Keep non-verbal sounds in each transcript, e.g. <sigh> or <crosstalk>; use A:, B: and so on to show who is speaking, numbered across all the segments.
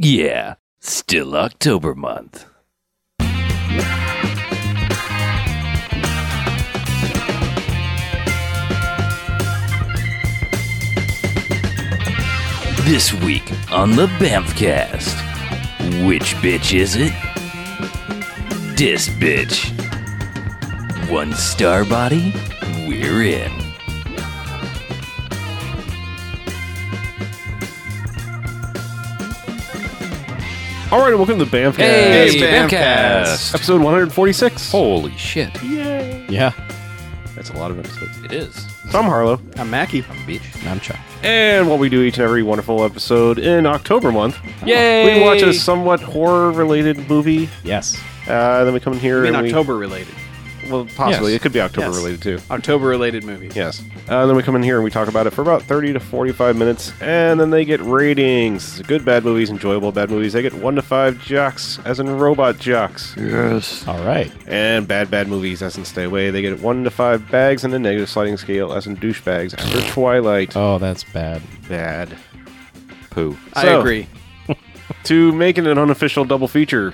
A: Yeah, still October month. This week on the BAMFcast, which bitch is it? This bitch. One star body, we're in.
B: All right, welcome to the Bamcast.
C: Hey,
D: Hey, Bamcast.
B: Episode 146.
C: Holy shit.
B: Yay.
D: Yeah,
B: Oh. That's a lot of episodes.
A: It is.
B: Tom Harlow.
D: I'm Mackie.
A: Bitch.
D: I'm Chuck.
B: And what we do each and every wonderful episode in October month,
C: Yay!
B: we watch a somewhat horror related movie.
D: Yes,
B: Uh, then we come in here
C: in
B: and we-
C: October related.
B: well, possibly.
D: Yes.
B: It could be October
C: Yes.
B: related too.
C: October related movie.
B: Yes. Uh, and then we come in here and we talk about it for about 30 to 45 minutes, and then they get ratings. Good bad movies, enjoyable bad movies. They get 1 to 5 jocks, as in robot jocks.
D: all right.
B: And bad, bad movies, as in Stay Away. They get one to five bags on the negative sliding scale, as in douchebags. After Twilight,
D: Oh, that's bad.
B: bad.
A: Poo.
C: I
B: So-
C: agree.
B: To making an unofficial double feature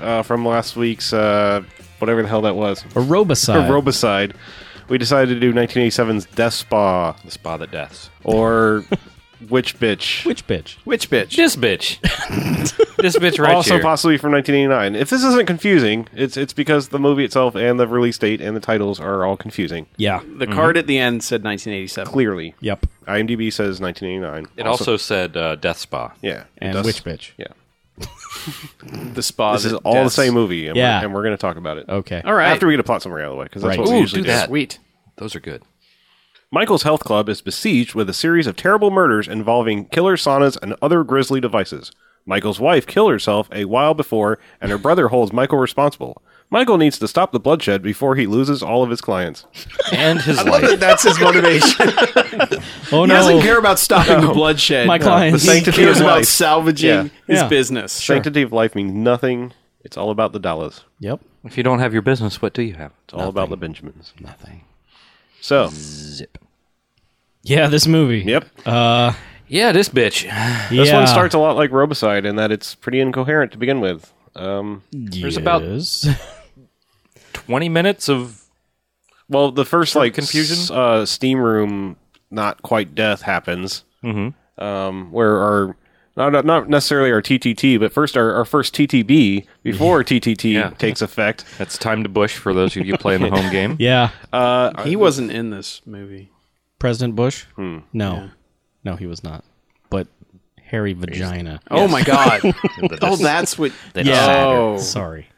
B: uh, from last week's, uh, whatever the hell that was,
D: A robicide.
B: Robicide, we decided to do 1987's Death Spa,
A: The spa that deaths. <laughs>
B: or Witch Bitch.
D: Which bitch?
C: Which bitch?
A: This <laughs> bitch. this bitch right
B: also
A: here.
B: possibly from 1989. If this isn't confusing, it's it's because the movie itself and the release date and the titles are all confusing.
D: Yeah.
C: The card at the end said 1987.
B: Clearly,
D: Yep.
B: IMDb says 1989.
A: It also, said uh, Death Spa.
B: yeah, it
D: And
B: does-
D: which bitch?
B: Yeah.
C: The spa.
B: This is
C: that
B: all
C: deaths.
B: the same movie, and,
D: Yeah.
B: we're, and we're going to talk about it.
D: Okay.
C: All right.
B: After we get a plot summary out of the way, because that's
D: Right.
B: what we
A: Ooh,
B: usually
A: do
B: do.
A: that.
C: Sweet.
A: Those are good.
B: Michael's health club is besieged with a series of terrible murders involving killer saunas and other grisly devices. Michael's wife killed herself a while before, and her brother holds Michael responsible. Michael needs to stop the bloodshed before he loses all of his
D: <laughs>
B: clients.
A: And
C: <laughs>
A: his
C: I love
A: life.
C: that that's
B: <laughs>
C: his motivation.
D: Oh
C: He doesn't
D: no.
C: care about stopping the bloodshed.
D: My clients.
C: He
B: sanctity
C: cares
B: of
C: about
B: life.
C: salvaging
B: Yeah.
C: his
D: Yeah.
C: business.
B: Sanctity of life means nothing. It's all about the dollars.
D: Yep.
A: If you don't have your business, what do you have?
B: It's all about the Benjamins.
A: Nothing.
B: So,
A: Zip.
D: Yeah, this movie.
B: yep.
D: Uh,
A: Yeah, this bitch.
B: This one starts a lot like Robicide in that it's pretty incoherent to begin with. Um,
D: There's
A: about- 20 minutes of.
B: Well, the first like
A: confusion?
B: s- uh, steam room, not quite death happens. Mm-hmm. Um, where our not- not not necessarily our TTT, but first our, our first TTB before TTT
A: <laughs> Yeah.
B: takes
A: <laughs>
B: effect.
A: That's time to bush for those of you playing the <laughs> home game.
D: <laughs> yeah.
C: Now. He wasn't in this movie.
D: President Bush. No. No, he was not. But hairy vagina.
C: Oh
B: <laughs>
C: my god. <laughs> oh, that's what.
D: Yeah.
C: Oh,
D: Sorry.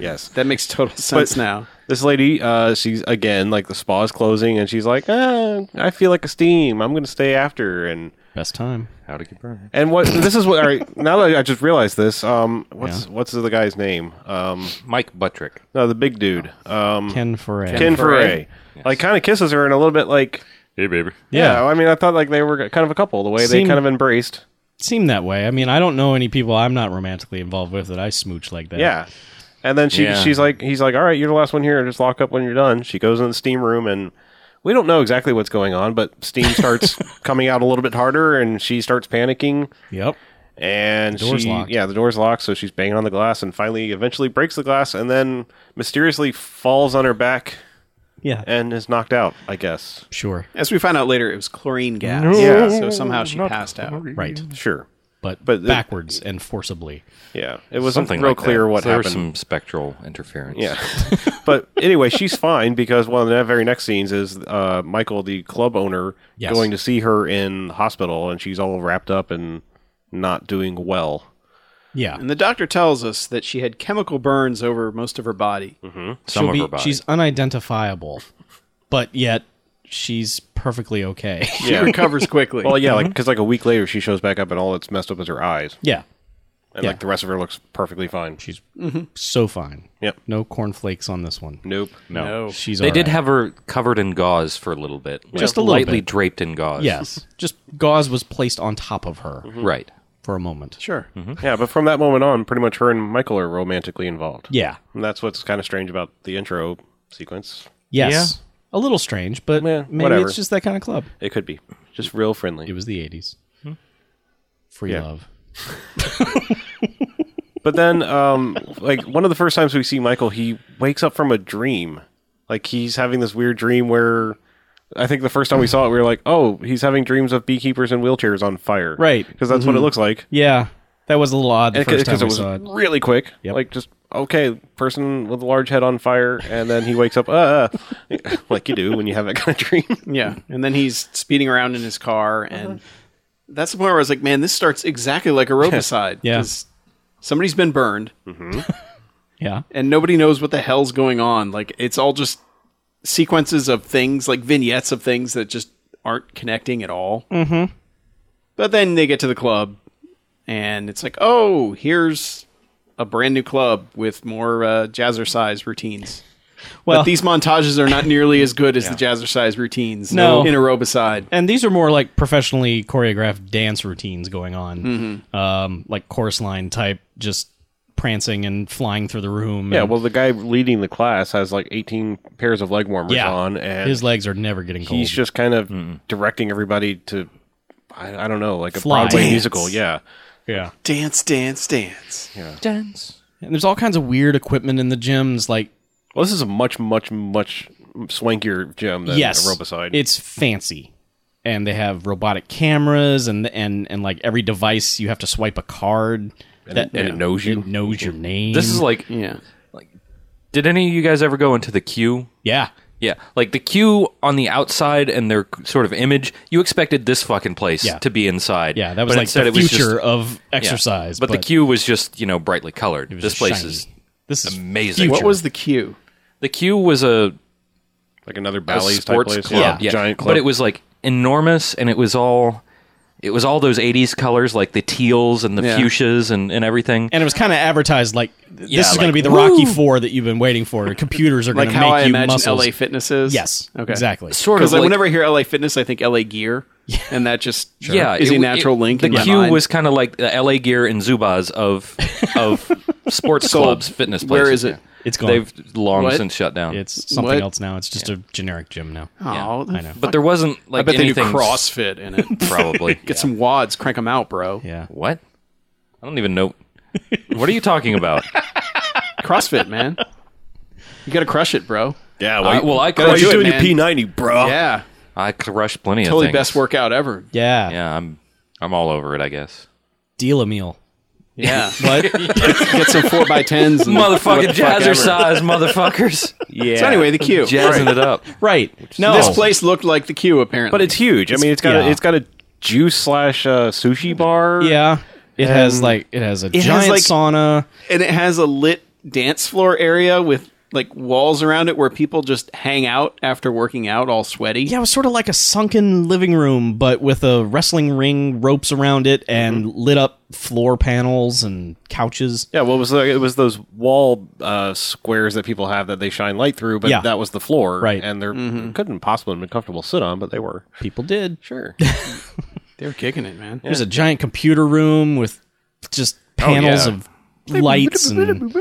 B: Yes,
C: that makes total sense
B: But-
C: now.
B: this lady, uh, she's again like the spa is closing, and she's like, ah, I feel like a steam. I'm gonna stay after and.
D: Best time.
A: How to get burned.
B: And what <coughs> this is what all right, now that I just realized this, um, what's what's the guy's name? Um,
A: Mike Buttrick.
B: no, the big dude, um,
D: Ken Foray.
B: Ken
C: Foray.
B: Foray, like kind of kisses her and a little bit like
A: Hey, baby.
B: Yeah.
D: yeah.
B: I mean, I thought like they were kind of a couple. The way they
D: Seem-
B: kind of embraced.
D: Seemed that way. I mean, I don't know any people I'm not romantically involved with that I smooch like that.
B: Yeah. And then she,
A: Yeah.
B: she's like, he's like, all right, you're the last one here. Just lock up when you're done. She goes in the steam room, and we don't know exactly what's going on, but steam
D: <laughs>
B: starts coming out a little bit harder, and she starts panicking.
D: Yep.
B: And
D: door's
B: she,
D: locked.
B: yeah, the door's locked, so she's banging on the glass, and finally, eventually, breaks the glass, and then mysteriously falls on her back
D: Yeah.
B: and is knocked out. I guess.
D: Sure.
C: As we found out later, it was chlorine gas.
B: Yeah.
C: So somehow she passed out.
D: Right.
B: Sure.
D: But,
B: But the-
D: backwards and forcibly.
B: Yeah, it wasn't
A: Something
B: real
A: like
B: clear
A: that.
B: what
A: there
B: happened.
A: was some spectral interference.
B: Yeah.
A: <laughs>
B: but anyway, she's fine because one of the very next scenes is uh, Michael, the club owner,
D: Yes.
B: going to see her in the hospital, and she's all wrapped up and not doing well.
D: Yeah.
C: And the doctor tells us that she had chemical burns over most of her body.
A: Some
D: She'll
A: of
D: be-
A: her body.
D: She's unidentifiable, but yet she's
B: <laughs>
D: perfectly okay.
C: She recovers quickly.
B: Well, yeah,
A: Mm-hmm.
B: like because like a week later she shows back up, and all that's messed up is her eyes,
D: yeah.
B: and
D: Yeah.
B: like the rest of her looks perfectly fine. She's
D: So fine.
B: Yep.
D: No cornflakes on this one.
B: nope.
C: no.
D: She's
A: they
D: all
A: did
D: right.
A: have her covered in gauze for a little bit.
D: Just a little
A: Lightly
D: bit.
A: draped in gauze. <laughs>
D: Yes. Just gauze was placed on top of her
B: Mm-hmm.
A: Right.
D: for a moment.
C: Sure.
A: Mm-hmm.
B: Yeah, but from that moment on, pretty much her and Michael are romantically involved.
D: Yeah.
B: and that's what's kind of strange about the intro sequence.
D: Yes. A little strange, but
B: Yeah,
D: maybe
B: whatever.
D: it's just that kind of club.
B: It could be just real friendly.
A: Hmm.
D: It was the 80s. Free
B: Yeah.
D: love.
B: But then, um, like one of the first times we see Michael, he wakes up from a dream. Like he's having this weird dream where I think the first time we saw it, we were like, "Oh, he's having dreams of beekeepers and wheelchairs on fire,"
D: Right.
B: Because that's what it looks like.
D: Yeah, that was a little odd the first time
B: Because
D: we
B: it was
D: saw it.
B: really quick, like just okay, person with a large head on fire, and then he wakes up, uh, uh," <laughs> like you do when you have that kind of dream.
C: Yeah, and then he's speeding around in his car, and that's the point where I was like, "Man, this starts exactly like a robicide."
D: Yeah.
C: 'cause somebody's been burned,
D: Yeah,
C: and nobody knows what the hell's going on. Like it's all just sequences of things, like vignettes of things that just aren't connecting at all. Mm-hmm. But then they get to the club, and it's like, "Oh, here's a brand new club with more uh, jazzercise routines."
D: well,
C: but these montages are not nearly as good as the jazzercise routines
D: No.
C: in aerobicide.
D: and these are more like professionally choreographed dance routines going on,
A: Mm-hmm.
D: um, like chorus line type, just prancing and flying through the
B: <laughs>
D: room.
B: yeah,
D: and-
B: well, the guy leading the class has like eighteen pairs of leg warmers
D: yeah,
B: on, and
D: his legs are never getting cold.
B: he's just kind of directing everybody to I, I don't know like a
D: Fly.
B: broadway
D: Dance.
B: musical yeah
D: yeah,
C: Dance, dance, dance.
D: and there's all kinds of weird equipment in the gyms, like
B: well this is a much much much swankier gym than
D: yes,
B: aerobicide
D: It's fancy, and they have robotic cameras, and and and like every device you have to swipe a card that
B: and it knows you.
D: It knows your name.
A: This is like,
C: Yeah.
A: did any of you guys ever go into the queue?
D: yeah,
A: Yeah, like the queue on the outside and their sort of image. You expected this fucking place
D: Yeah.
A: to be inside.
D: yeah. That was
A: but
D: like
A: instead
D: the
A: it was
D: future
A: just-
D: of
A: yeah.
D: exercise.
A: But, the queue was just you know brightly colored.
D: was
A: This
D: just
A: place
D: shiny.
A: is
D: This is
A: amazing.
C: What was the cue?
A: the queue? Was a
B: like another
A: a
B: ballet type
A: sports
B: place
A: club, yeah.
B: giant club
A: But it was like enormous, and it was all it was all those '80s colors, like the teals and the
C: Yeah.
A: fuchsias and, and everything.
D: and it was kind of advertised like this
A: Yeah,
D: is going to
A: like,
D: be the Rocky Four that you've been waiting for. Computers are
C: Like
D: going to
C: how
D: make
C: I
D: you
C: imagine
D: muscles.
C: LA Fitness is?
D: Yes,
C: Okay.
D: exactly.
A: sort of
C: Because
A: like,
C: whenever I hear LA Fitness, I think LA Gear. And that just
A: yeah,
C: is
A: it-
C: a natural
A: it-
C: link
A: The
C: in my
A: queue
C: mind.
A: was kind of like the LA Gear and
C: <laughs>
A: Zubaz of of sports clubs, fitness places.
C: Where is it?
D: It's gone.
A: They've long
C: What?
A: since shut down.
D: it's something
C: What?
D: else now. It's just a generic gym now.
C: Oh, I know.
A: but there wasn't like
C: I bet they do
A: anything
C: CrossFit in
A: <laughs>
C: it.
A: probably.
C: <laughs> Get some wads, crank them out, bro.
D: Yeah,
A: What? I don't even know. What are you
C: <laughs>
A: talking about?
C: CrossFit, man. You got to crush it, bro.
B: yeah
C: Uh,
A: I- well, I
B: gotta
A: crushed
B: do
A: it,
B: doing
C: man.
B: your p90 bro
A: Oh,
C: Yeah.
A: I crushed plenty
C: Totally
A: of things.
C: best workout ever.
D: yeah.
A: Yeah, I'm I'm all over it. I guess.
D: Deal a meal.
C: Yeah. <laughs>
D: But
C: Get some 4x10s. and what
A: Motherfucking
C: the fuck ever.
A: jazzercise, motherfuckers.
B: yeah
C: So anyway, the queue.
A: <laughs> Jazzing
C: <laughs>
A: it up.
D: <laughs> right, no,
C: This place looked like the queue, apparently.
B: but it's huge i mean it's got
D: yeah.
B: a, it's got a juice slash uh, sushi bar
D: Yeah. It has
B: And-
D: like it has a
C: has,
D: giant
C: like-
D: sauna.
C: and it has a lit dance floor area with like walls around it where people just hang out after working out all sweaty.
D: Yeah, it was sort of like a sunken living room, but with a wrestling ring, ropes around it, and
C: Mm-hmm.
D: lit up floor panels and couches.
B: yeah well it was like, it was those wall uh, squares that people have that they shine light through but
D: Yeah.
B: that was the floor
D: Right.
B: and they
A: Mm-hmm.
B: couldn't possibly have been comfortable to sit on but they were
D: People did.
B: <laughs> sure
C: They were kicking it, man.
D: There's a giant computer room with just panels
B: yeah.
D: of lights and,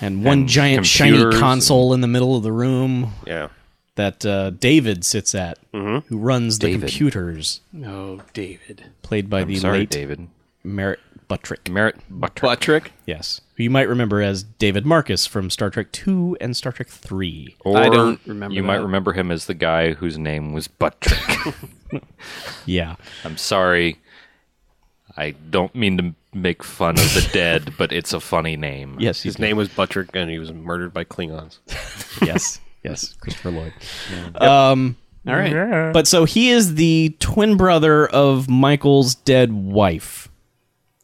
D: and one giant shiny
A: computers and-
D: console in the middle of the room
B: yeah
D: that uh, David sits at, who runs the computers,
C: No, Oh, David.
D: played by the
A: Sorry,
D: late
A: David.
D: Merritt Buttrick.
A: Merritt Buttrick.
C: Buttrick?
D: Yes, who you might remember as David Marcus from Star Trek Two and Star Trek Three.
B: Oh.
A: Or
C: I don't remember
A: You
C: that.
A: might remember him as the guy whose name was
C: <laughs>
A: Buttrick.
D: Yeah,
A: I'm sorry. I don't mean to make fun of the dead, but it's a funny name.
D: yes,
B: His
D: he's
B: name was Buttrick, and he was murdered by Klingons.
D: yes, yes, Christopher Lloyd.
C: All right.
D: But so he is the twin brother of Michael's dead wife,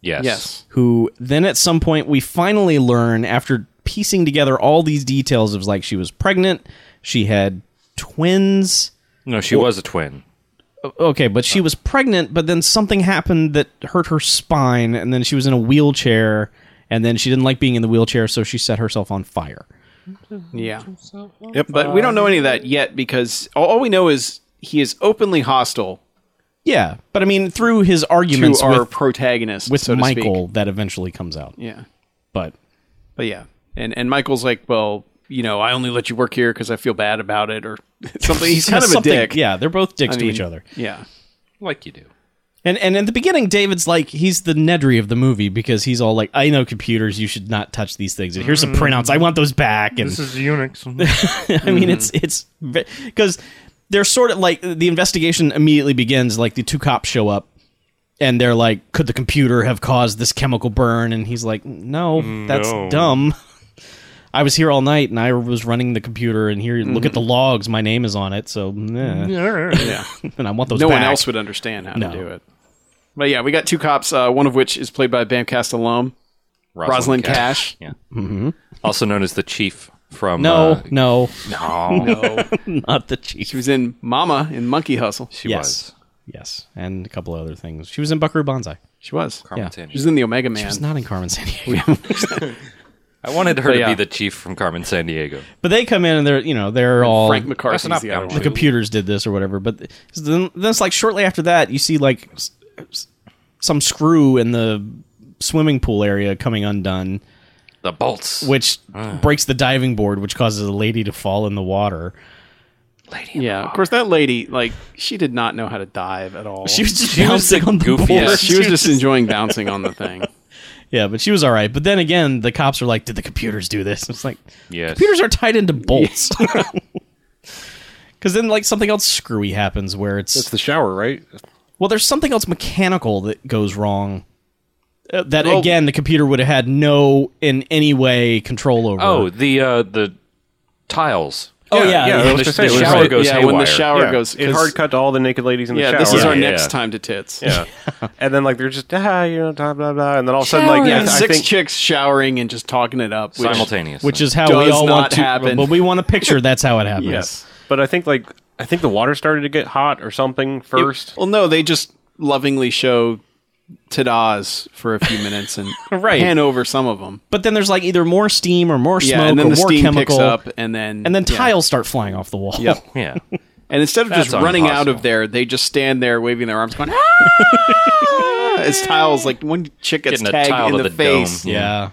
A: Yes.
C: Yes.
D: who then at some point we finally learn after piecing together all these details of like she was pregnant, she had twins.
A: No, she was a twin.
D: Okay, but she was pregnant, but then something happened that hurt her spine, and then she was in a wheelchair, and then she didn't like being in the wheelchair, so she set herself on fire.
C: Yeah. But we don't know any of that yet because all, all we know is he is openly hostile
D: Yeah, but I mean, through his
C: to
D: arguments
C: our
D: with,
C: protagonist,
D: with
C: so to speak.
D: Michael, that eventually comes out.
C: Yeah.
D: But
C: But yeah. And and Michael's like, well, you know, I only let you work here because I feel bad about
D: <laughs>
C: it or <laughs> something. He's kind of a
D: Something-
C: dick.
D: Yeah, they're both dicks
C: I
D: to
C: mean,
D: each other.
C: Yeah.
A: Like you do.
D: And and at the beginning, David's like he's the Nedry of the movie because he's all like, "I know computers. You should not touch these things." And here's some printouts. I want those back. And <laughs>
A: is Unix. Mm-hmm.
D: I mean, it's it's because they're sort of like the investigation immediately begins. Like the two cops show up, and they're like, "Could the computer have caused this chemical burn?" And he's like, "No, that's
A: Mm, No.
D: dumb. <laughs> I was here all night, and I was running the computer. And here, look at
A: Mm-hmm.
D: the logs. My name is on it. So, yeah.
C: Yeah.
D: <laughs> and I want those.
C: no one
D: back.
C: else would understand how
D: No.
C: to do it. But yeah, we got two cops, uh, one of which is played by Bamcast alum, Rosalind Cash.
A: Yeah. Also known as the chief from.
D: No, <laughs>
A: uh,
D: no,
A: no.
D: not the chief.
C: She was in Mama in Monkey Hustle.
A: She
D: yes,
A: was.
D: yes, and a couple other things. She was in Buckaroo Banzai.
C: She was.
A: Carmen
D: Yeah.
A: Sandiego.
C: She was in the Omega Man.
D: She was not in Carmen Sandiego.
A: I wanted her
C: But
A: to
C: yeah.
A: be the chief from Carmen San Diego.
D: But they come in and they're you know they're all
C: Frank
A: That's
C: McCarthy's
A: not
C: the other
A: Bamcast.
D: the
C: one.
D: computers did this or whatever. But th- then that's like shortly after that you see like s- s- some screw in the swimming pool area coming undone,
A: The bolts.
D: which breaks the diving board, which causes a lady to fall in the water.
A: lady.
C: Yeah, of course, that lady, like, she did not know how to dive at all.
D: She was just
A: She was the
D: bouncing on the
A: goofiest-
D: board.
C: yeah, she
D: <laughs>
C: was just enjoying bouncing on the thing.
D: yeah, but she was all right. But then again, the cops are like, "Did the computers do this?" <laughs> It's like
A: Yes.
D: computers are tied
C: <laughs>
D: into bolts. <laughs> Because then, like something else screwy happens where it's
B: It's the shower, right?
D: Well, there's something else mechanical that goes wrong. uh, that
C: oh.
A: Well-
D: again, the computer would have had no in any way control over.
A: Oh, the uh, the tiles.
D: oh
B: yeah,
D: yeah, yeah,
B: I
A: When
B: was
A: the,
B: gonna say,
A: the
B: it was
A: shower
B: like-
A: goes
C: yeah,
A: haywire.
C: when the shower
B: yeah.
C: goes.
B: It
C: 'cause-
B: hard cut to all the naked ladies in the
C: yeah,
B: shower.
C: this is our
A: Yeah,
C: next
A: yeah.
C: time to tits.
B: Yeah. and then like they're just ah, you know, blah blah blah, and then all of a sudden like
C: <laughs>
B: yeah,
C: Yeah,
B: I
C: six
B: think
C: chicks showering and just talking it up. Which,
A: simultaneous.
D: which is how
C: Does
D: we all
C: not
D: want to.
C: happen.
D: But we want a picture. That's how it happens.
C: Yes.
B: but I think like I think the water started to get hot or something first.
C: Well, no, they just lovingly show ta-da's for a few minutes
A: <laughs>
C: and
D: Right.
C: pan over some of them.
D: But then there's like either more steam or more smoke
C: Yeah, and then
D: or
C: the
D: more
C: steam picks
D: chemical,
C: up, and then
D: and then
C: yeah.
D: tiles start flying off the wall.
C: Yep.
A: yeah.
C: And instead of just
A: That's
C: running out
A: impossible.
C: of there, they just stand there waving their arms, going ah! as tiles. Like one chick gets
A: Getting a
C: tagged
A: tile
C: in
A: to
C: the,
A: the
C: face
A: dome.
D: <laughs> yeah,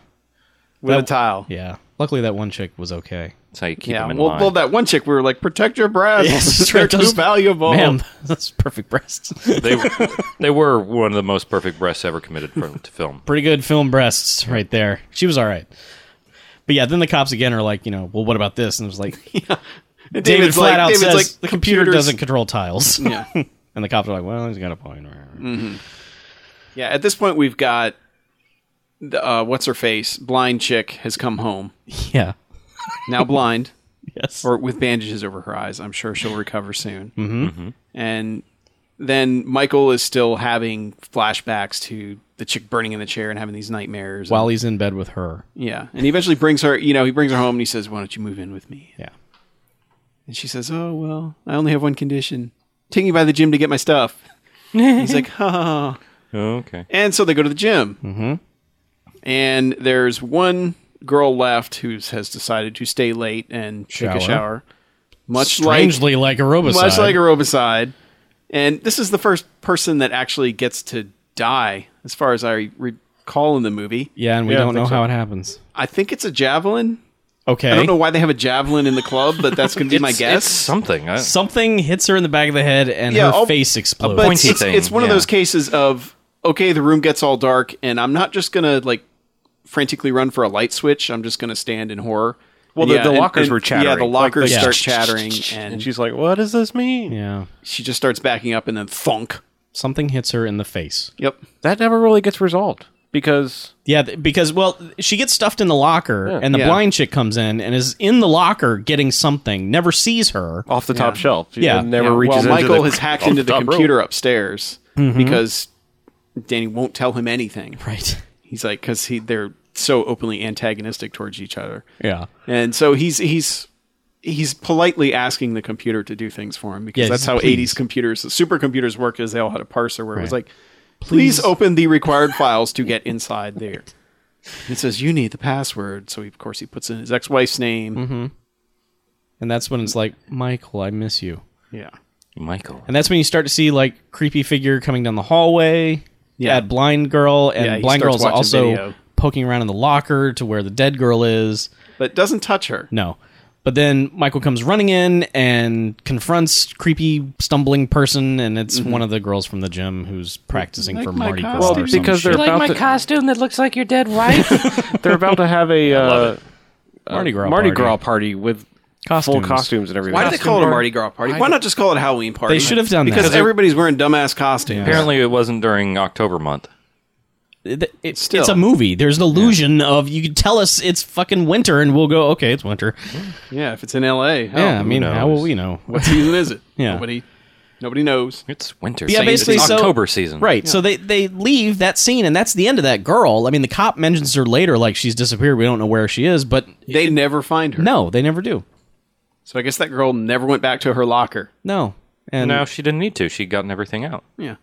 C: with a tile.
D: yeah. Luckily, that one chick was okay.
A: That's how you keep
C: Yeah,
A: them in
C: well,
A: line.
C: well, that one chick, we were like, protect your breasts. <laughs> They're too
D: Those-
C: valuable.
D: Ma'am, <laughs> that's perfect breasts.
A: they they were one of the most perfect breasts ever committed from to film.
D: pretty good film breasts right there. She was all right. But yeah, then the cops again are like, you know, well, what about this? And it
C: <laughs>
D: was like,
C: And
D: David
C: David's
D: flat
C: like,
D: out
C: David's
D: says
C: like,
D: the computer
C: computers-
D: doesn't control tiles.
C: <laughs> Yeah.
D: <laughs>
C: Mm.
D: and the cops are like, well, he's got a point.
C: Yeah, at this point, we've got the, uh, what's her face? Blind chick has come home.
D: Yeah.
C: Now blind,
D: Yes.
C: or with bandages over her eyes. I'm sure she'll recover soon. Mm-hmm. And then Michael is still having flashbacks to the chick burning in the chair and having these nightmares.
D: While he's in bed with her.
C: yeah. And he eventually brings her, you know, he brings her home and he says, Why don't you move in with me?
D: Yeah.
C: And she says, Oh, well, I only have one condition take me by the gym to get my <laughs> stuff. He's like, Ha ha ha.
A: Okay.
C: And so they go to the gym. Mm-hmm. And there's one girl left who has decided to stay late and
D: Shower.
C: take a shower. Much
D: Strangely like, aerobicide.
C: like much like aerobicide. And this is the first person that actually gets to die, as far as I recall in the movie.
D: yeah, and we
B: Yeah, I
D: don't know
B: think so.
D: how it happens.
C: I think it's a javelin.
D: Okay.
C: I don't know why they have a javelin in the club, but that's going to be my
A: It's-
C: guess.
A: It's something. uh, I,
D: Something hits her in the back of the head and
C: Yeah,
D: her
C: I'll-
D: face explodes.
C: but
A: pointy
C: it's,
A: thing,
C: it's one of
A: yeah.
C: those cases of okay, the room gets all dark, and I'm not just gonna like frantically run for a light switch. I'm just gonna stand in horror.
B: Well,
C: And
B: the- the lockers were
C: Yeah, the
B: chattering.
C: lockers
B: Like,
D: like-
C: start chattering, and
B: And she's like, "What does this mean?"
D: yeah.
C: she just starts backing up, and then thunk.
D: Something hits her in the face.
C: Yep.
B: That never really gets resolved because
D: Yeah, th- because well, she gets stuffed in the locker, and the
C: Yeah.
D: blind chick comes in and is in the locker getting something. Never sees her.
B: off the top shelf, she
D: Yeah.
B: never
C: Yeah,
B: reaches.
C: Well,
B: into
C: Michael
B: the, <laughs> Oh,
C: has hacked
B: off
C: into the
B: top rope.
C: computer upstairs because Danny won't tell him anything.
D: Right.
C: He's like, because he they're so openly antagonistic towards each other.
D: Yeah.
C: And so he's he's he's politely asking the computer to do things for him because
D: Yeah,
C: that's
D: just
C: how
D: please.
C: 80s computers, supercomputers work is they all had a parser where it was
D: Right.
C: like, please, open the required files to get inside there. And It says you need the password, so he, of course he puts in his ex-wife's name.
D: And that's when it's like, Michael, I miss you.
C: Yeah,
A: Michael.
D: And that's when you start to see like creepy figure coming down the hallway.
C: Yeah.
D: At blind girl, and
C: Yeah, he
D: blind
C: starts
D: girl's
C: watching
D: also
C: video.
D: poking around in the locker to where the dead girl is.
C: but doesn't touch her.
D: No, But then Michael comes running in and confronts creepy stumbling person, and it's
C: Mm-hmm.
D: one of the girls from the gym who's practicing for
C: my
D: Mardi Gras.
C: costume.
D: or
B: Well,
D: some
B: because
D: shit.
B: they're
E: You like
B: about
E: my
B: to-
E: costume that looks like your
C: <laughs>
E: dead wife?
B: They're about to have a uh,
D: Mardi Gras,
B: Mardi
D: party.
B: Gras party with full
D: Costumes.
B: costumes and everything.
C: Why do they call it a Mardi Gras party? Why not just call it Halloween party?
D: They should have done that.
C: because
D: Because
C: everybody's wearing dumbass costumes.
A: Apparently, it wasn't during October month.
D: It- it's-
C: Still.
D: it's a movie. There's an illusion of you can tell us it's fucking winter, and we'll go, okay, it's winter.
C: Yeah, if it's in L.A. hell,
D: yeah, I mean, how
A: knows?
D: will we know?
C: Oh, what season is <laughs> it?
D: Yeah.
C: nobody, nobody knows.
A: It's winter.
D: Yeah,
A: season.
D: basically,
A: it's
D: so-
A: October season.
D: Right. So they they leave that scene, and that's the end of that girl. I mean, the cop mentions her later, like she's disappeared. We don't know where she is, but
C: They never find her.
D: no, they never do.
C: So I guess that girl never went back to her locker.
D: No. And
A: No, she didn't need to. She'd gotten everything out,
C: Yeah.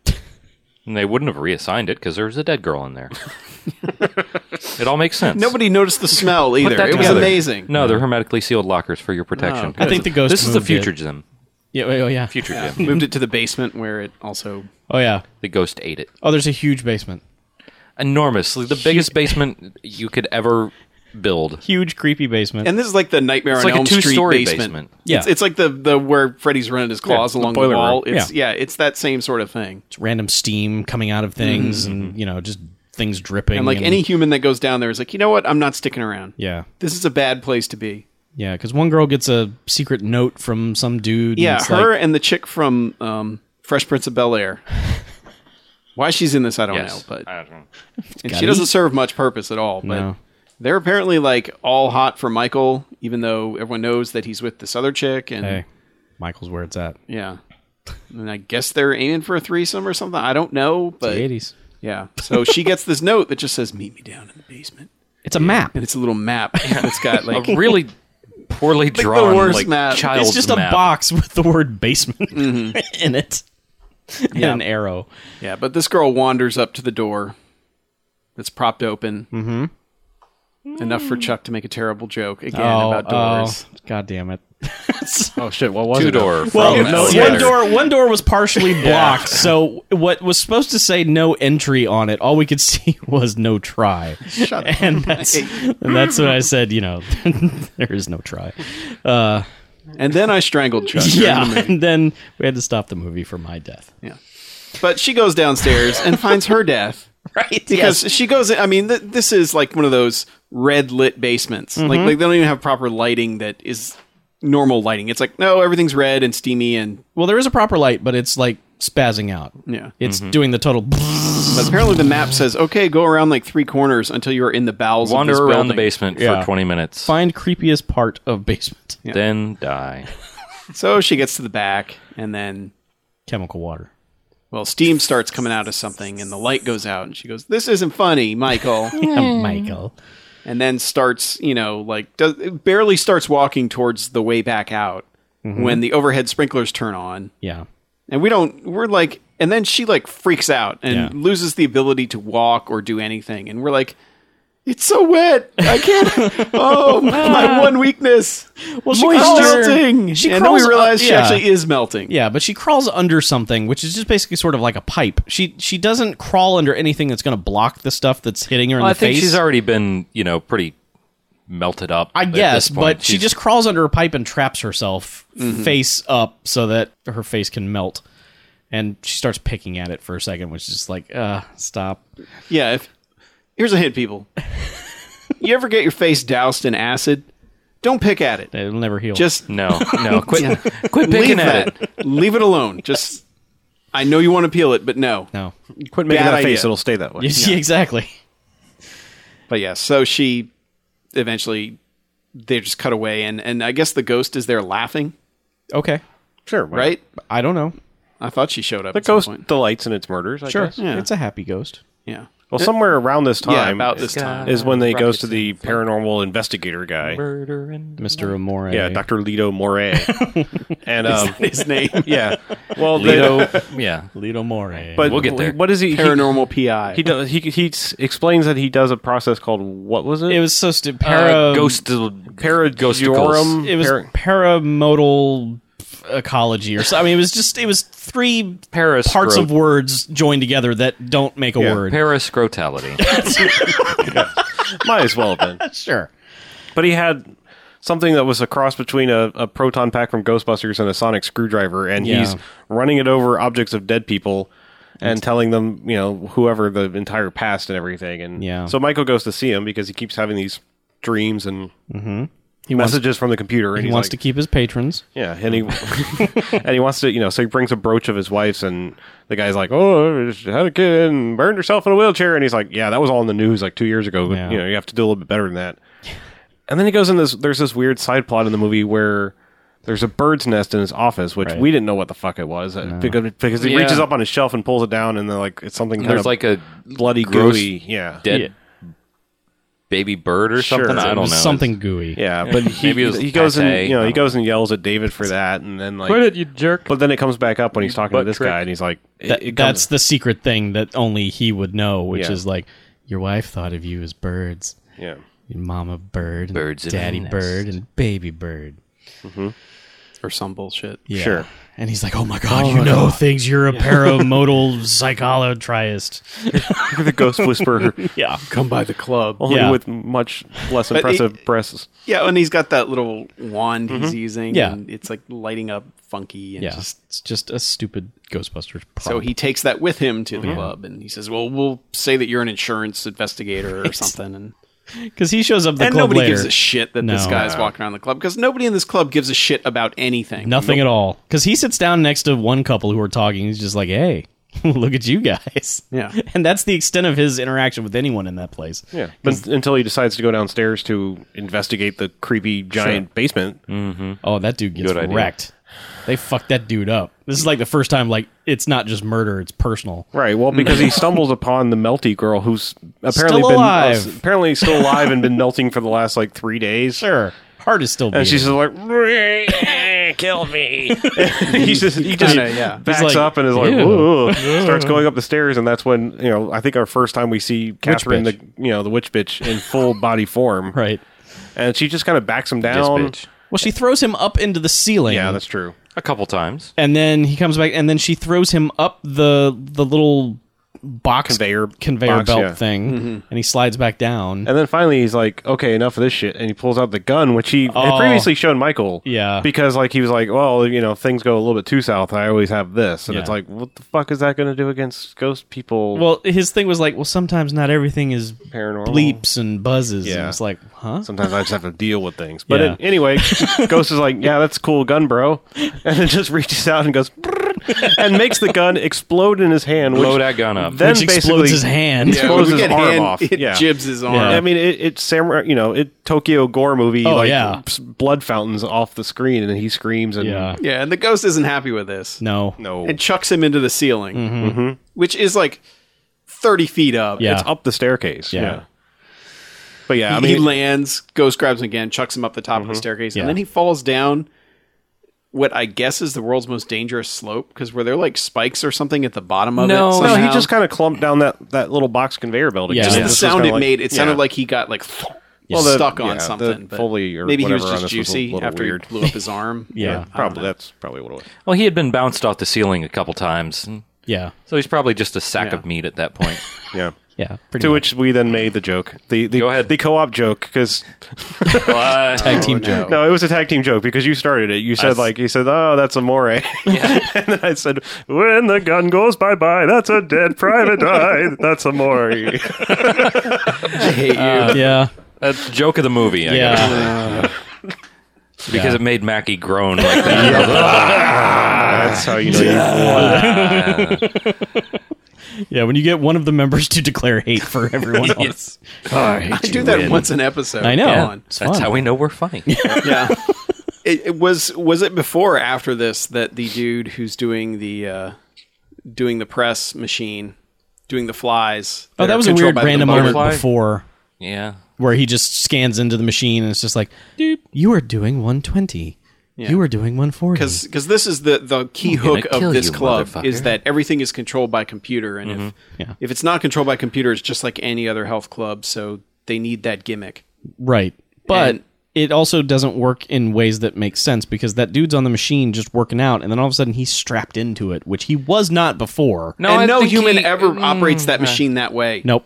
A: and they wouldn't have reassigned it because there was a dead girl in there. it all makes
C: <laughs>
A: sense.
C: Nobody noticed the smell either.
A: that
C: It was
A: together.
C: amazing.
A: No, they're hermetically sealed lockers for your protection.
D: I think the ghost.
A: this is the
D: moved
A: future
D: it.
A: gym.
D: Yeah. Oh yeah.
A: Future
C: <laughs>
A: gym.
C: Moved it to the basement where it also.
D: Oh yeah.
A: The ghost ate it
D: Oh, there's a huge basement.
A: enormously. The biggest basement you could ever build.
D: Huge creepy basement.
C: And this is like the Nightmare
A: It's
C: on
A: like a
C: Elm Street
A: two-story
C: basement.
A: basement.
D: Yeah.
C: It's, it's like the the where Freddy's running his claws
B: Yeah, the
C: along the,
B: boiler
C: wall.
B: room.
C: It's yeah. it's that same sort of thing.
D: random steam coming out of things, and you know, just things dripping.
C: And like any human that goes down there is like, you know what? I'm not sticking around.
D: Yeah.
C: This is a bad place to be.
D: Yeah. Because one girl gets a secret note from some dude. and
C: Yeah,
D: it's
C: her
D: like-
C: and the chick from um, Fresh Prince of Bel Air. Why she's in this, I don't
A: Yes,
C: know, but
A: I don't know.
C: and
D: gotta
C: she doesn't
D: eat.
C: serve much purpose at all. But
D: No.
C: they're apparently like all hot for Michael, even though everyone knows that he's with this other chick. And
D: Hey, Michael's where it's at.
C: yeah, and I guess they're aiming for a threesome or something. I don't know,
D: The
C: but
D: 80s.
C: yeah. So she gets this note that just says, "Meet me down in the basement,"
D: It's a map.
C: and it's a little map. It's got like
A: A really poorly drawn
C: worst
A: like
C: map. It's
A: child's
D: It's just a
A: map.
D: box <laughs> with the word basement <laughs> in it. <laughs> And
C: Yeah.
D: an arrow.
C: Yeah, but this girl wanders up to the door that's propped open. Mm-hmm. Enough for Chuck to make a terrible joke again about doors.
D: Mm-hmm. Oh, God
C: <laughs>
D: damn it.
B: Oh shit! What was
A: Two
B: it?
A: door.
D: Well,
A: from
D: no,
A: elevator.
D: one door one door was partially blocked, so what was supposed to say no entry on it, all we could <laughs> see was no try. Shut and that's and that's when I said, you know, <laughs> there is no try. Uh,
C: And then I strangled
D: <laughs>
C: Chuck.
D: yeah, and then we had to stop the movie for my death.
C: yeah. But she goes downstairs and finds her death.
D: <laughs> Right?
C: Because she goes, I mean, th- this is like one of those red lit basements. Like,
D: Mm-hmm.
C: like, they don't even have proper lighting that is normal lighting. It's like, no, everything's red and steamy and.
D: Well, there is a proper light, but it's like spazzing out.
C: Yeah.
D: It's doing the total <laughs>
C: But apparently the map says, okay, go around like three corners until you're in the bowels
A: Wander
C: of this
A: around the
C: building.
A: basement
D: Yeah.
A: for 20 minutes,
D: find creepiest part of basement.
A: then die.
C: So she gets to the back and then
D: Chemical water.
C: Well, steam starts coming out of something, and the light goes out, and she goes, "This isn't funny,
D: <laughs>
C: Michael."
D: Michael.
C: and then starts, you know, like does, barely starts walking towards the way back out
D: Mm-hmm.
C: when the overhead sprinklers turn on,
D: Yeah.
C: and we don't. We're like, and then she like freaks out and
D: Yeah.
C: loses the ability to walk or do anything, and we're like, "It's so wet, I
D: <laughs>
C: can't." oh, my one weakness.
D: Well, she
C: She's
D: crawls-
C: melting.
D: She
C: and then we
D: crawls up-
C: realize she
D: yeah.
C: actually is melting.
D: Yeah, but she crawls under something, which is just basically sort of like a pipe. She she doesn't crawl under anything that's going to block the stuff that's hitting her in
A: I
D: the
A: think
D: face.
A: she's already been, you know, pretty melted up.
D: I
A: at
D: guess,
A: this point.
D: but she
A: She's-
D: just crawls under a pipe and traps herself face up so that her face can melt. And she starts picking at it for a second, which is just like, uh, stop.
C: Yeah, if here's a hint, people. you ever get your face doused in acid? Don't pick at it.
D: It'll never heal.
C: Just
A: no,
D: <laughs>
A: no, quit, quit
C: leave
A: picking at it.
C: that. leave it alone. Just I know you want to peel it, but no.
D: <laughs> no.
B: Quit making
C: Bad
B: that face;
C: idea.
B: it'll stay that way.
D: Yeah, exactly.
C: But yeah, so she eventually they just cut away and and I guess the ghost is there laughing,
D: Okay.
B: Sure, why not?
C: right?
D: I don't know.
C: I thought she showed up
B: The
C: at some
B: ghost
C: point.
B: delights in its murders. I
D: Sure.
B: Guess.
C: Yeah.
D: It's a happy ghost.
C: Yeah.
B: Well, somewhere around this time,
C: Yeah, about this time.
B: is when they goes to the paranormal investigator guy.
D: Mr. Amore.
B: Yeah, Doctor Lito Moray, and um,
C: His name
B: yeah, well, they-
A: Lito, yeah,
D: Lito More.
B: but
A: We'll get there.
B: What is he? he-
C: Paranormal PI.
B: He does. He he s- explains that he does a process called what was it?
D: it was so
B: Uh,
D: stupid. Para,
A: para, ghost, para
B: Parajorum-
D: It was
B: para-
D: paramodal ecology or something. I mean, it was just it was three
A: Parascro-
D: parts of words joined together that don't make a
B: Yeah,
D: word.
A: parascrotality.
B: Might as well have been.
D: sure.
B: But he had something that was a cross between a, a proton pack from Ghostbusters and a sonic screwdriver, and
D: Yeah.
B: he's running it over objects of dead people and telling them, you know, whoever the entire past and everything. And
D: Yeah.
B: so Michael goes to see him because he keeps having these dreams and messages from the computer, and
D: Mm-hmm. He
B: he's
D: wants
B: like,
D: to keep his patrons.
B: yeah, and he <laughs> and he wants to, you know, so he brings a brooch of his wife's, and the guy's like, "Oh, she had a kid and burned herself in a wheelchair," and he's like, "Yeah, that was all in the news like two years ago, but
D: Yeah.
B: you know, you have to do a little bit better than that." <laughs> And then he goes in this. There's this weird side plot in the movie where there's a bird's nest in his office, which we didn't know what the fuck it was uh, because because he
A: Yeah.
B: reaches up on his shelf and pulls it down, and then like it's something kind
A: There's
B: of
A: like a
B: bloody
A: gross
B: gooey, yeah,
A: dead
D: Yeah.
A: baby bird or
B: Sure.
A: something.
B: It
A: I
D: It
A: don't
D: was
A: know.
D: Something gooey.
B: yeah. But he
A: Maybe it was
B: he goes
A: pate,
B: and you know
A: I
B: he
A: don't know.
B: goes and yells at David for that, and then like
A: Quit it, you jerk.
B: But then it comes back up when he's talking to
A: butt
B: this
A: trick.
B: guy, and he's like, it-
D: That-
B: it
D: that's
B: comes-
D: the secret thing that only he would know, which
B: Yeah.
D: is like your wife thought of you as birds,
A: <laughs>
B: yeah."
D: your mama bird, and
A: Birds in a
D: daddy
A: nest.
D: bird, and baby bird.
C: or some bullshit.
D: Yeah.
B: Sure.
D: And he's like, "Oh my god, you know things. You're a
C: <laughs>
D: paramodal psycholotrist."
B: the ghost whisperer,
D: Yeah.
C: Come by the club.
B: <laughs> only
D: Yeah.
B: with much less
C: But
B: impressive breasts.
C: Yeah, and he's got that little wand he's using.
D: Yeah.
C: and it's like lighting up funky and
D: Yeah.
C: just.
D: it's just a stupid Ghostbusters.
C: So
D: prop.
C: he takes that with him to the club, and he says, "Well, we'll say that you're an insurance investigator or something." And,
D: because he shows up at the
C: and
D: club
C: nobody
D: later.
C: gives a shit that this
D: No.
C: guy's walking around the club because nobody in this club gives a shit about anything.
D: Nothing at all. Because he sits down next to one couple who are talking. He's just like, "Hey, <laughs> look at you guys."
C: Yeah.
D: <laughs> And that's the extent of his interaction with anyone in that place.
B: Yeah, but until he decides to go downstairs to investigate the creepy giant basement.
D: Oh, that dude gets
A: Good idea.
D: wrecked. They fucked that dude up. This is like the first time like it's not just murder, it's personal.
B: Right. Well, because he stumbles upon the melty girl who's apparently
D: Still
B: been
D: alive.
B: apparently still alive and been melting for the last like three days.
D: Sure. Heart is still beating.
B: And she's just like, <laughs> kill me. he just, he just
C: Kinda, yeah.
B: backs
D: He's like,
B: up and is like,
D: "Ew." <laughs>
B: Whoa. starts going up the stairs, and that's when you know I think our first time we see Catherine, the
D: bitch.
B: you know the witch bitch in
D: <laughs>
B: full body form,
D: right.
B: and she just kind of backs him
A: This
B: down.
A: bitch.
D: Well, she throws him up into the ceiling.
B: Yeah, that's true.
A: A couple times.
D: and then he comes back and then she throws him up the the little box
B: Conveyor-
D: conveyor
B: box,
D: belt
B: yeah. Mm-hmm.
D: thing and he slides back down.
B: And then finally, he's like, "Okay, enough of this shit," and he pulls out the gun, which he
D: Oh.
B: had previously shown Michael.
D: Yeah.
B: because like he was like, "Well, you know, if things go a little bit too south. I always have this," and
D: Yeah.
B: it's like, "What the fuck is that going to do against ghost people?"
D: Well, his thing was like, well, sometimes not everything is
B: Paranormal.
D: bleeps and buzzes. And
B: Yeah.
D: it's like, huh?
B: Sometimes I just have to deal with things. But
D: Yeah.
B: an- anyway, <laughs> Ghost is like, yeah, that's a cool gun, bro. And then just reaches out and goes, "Brrr," and makes the gun explode in his hand. Which
A: Blow that gun up.
B: Then
D: Which
B: basically-
D: explodes his hand.
B: Yeah. blows
C: we
B: his
C: get
B: arm off.
C: It
B: Yeah.
C: jibs his arm.
D: Yeah.
B: I mean, it, it's samurai, you know, it Tokyo gore movie,
D: Oh,
B: like
D: yeah.
B: s- blood fountains off the screen, and then he screams and
D: <laughs> Yeah.
C: Yeah, and the ghost isn't happy with this.
D: No. Mm-hmm.
B: no,
C: and chucks him into the ceiling,
B: Mm-hmm.
C: which is like thirty feet up.
D: Yeah.
B: it's up the staircase.
D: Yeah.
B: Yeah. But yeah, I
C: he
B: mean, Mm-hmm.
C: lands, ghost grabs him again, chucks him up the top of the staircase,
D: Yeah.
C: and then he falls down what I guess is the world's most dangerous slope because were there like spikes or something at the bottom of
A: No.
C: it?
B: no, he
C: somehow?
B: just kind of clumped down that, that little box conveyor belt.
D: Yeah.
B: again.
C: Just
D: Just yeah.
C: the
B: This is
C: sound
B: kinda
C: it made. It sounded
B: yeah.
C: like he got like <sniffs>
B: Well, the-
C: stuck on
B: yeah, the
C: something. but
B: Foley or
C: maybe he was
B: whatever on
C: just
B: this was a
C: juicy
B: little
C: after
B: weird.
C: he blew up
B: <laughs>
C: his arm.
D: Yeah.
C: I don't
B: Probably
C: know.
B: that's probably what it was.
A: Well, he had been bounced off the ceiling a couple times, and
D: Yeah.
A: so he's probably just a sack
C: Yeah.
A: of meat at that point.
B: Yeah.
D: Yeah. Pretty
B: To
D: much.
B: which we then made the joke, the the,
A: Go ahead.
B: the co-op joke, because
A: But-
D: tag team
B: Oh,
D: joke.
C: Oh.
B: no, it was a tag team joke because you started it. You said
A: s-
B: like you said, oh, that's amore, <laughs> and then I said, when the gun goes bye bye, that's a dead private eye, that's amore.
C: I hate you.
D: Yeah.
A: uh, That's the joke of the movie, I guess,
D: Yeah.
A: because it made Mackie groan like that.
B: that's how you know. You,
D: Yeah, when you get one of the members to declare hate for
B: <laughs>
D: everyone else.
C: I do that once an episode.
D: I know.
C: Come
D: Yeah.
C: on.
D: It's
A: That's
D: fun.
A: how we know we're funny.
C: yeah. <laughs> It, it was was it before or after this that the dude who's doing the uh, doing the press machine, doing the flies.
D: Oh, that
C: are
D: was a
C: controlled
D: weird
C: by the
D: random
C: butterfly-
D: moment before
A: Yeah.
D: where he just scans into the machine and it's just like, you are doing 120. You are doing 140.
C: because because this is the the key
A: gonna
C: hook of
A: kill
C: this
A: you,
C: club is
A: motherfucker.
C: that everything is controlled by computer and if
D: Mm-hmm. Yeah.
C: if it's not controlled by computer it's just like any other health club so they need that gimmick
D: Right. But
C: And-
D: it also doesn't work in ways that make sense because that dude's on the machine just working out and then all of a sudden he's strapped into it, which he was not before.
A: No,
C: and
A: I
C: no
A: think
C: human
A: he-
C: ever
A: mm,
C: operates that machine that way
D: Nope.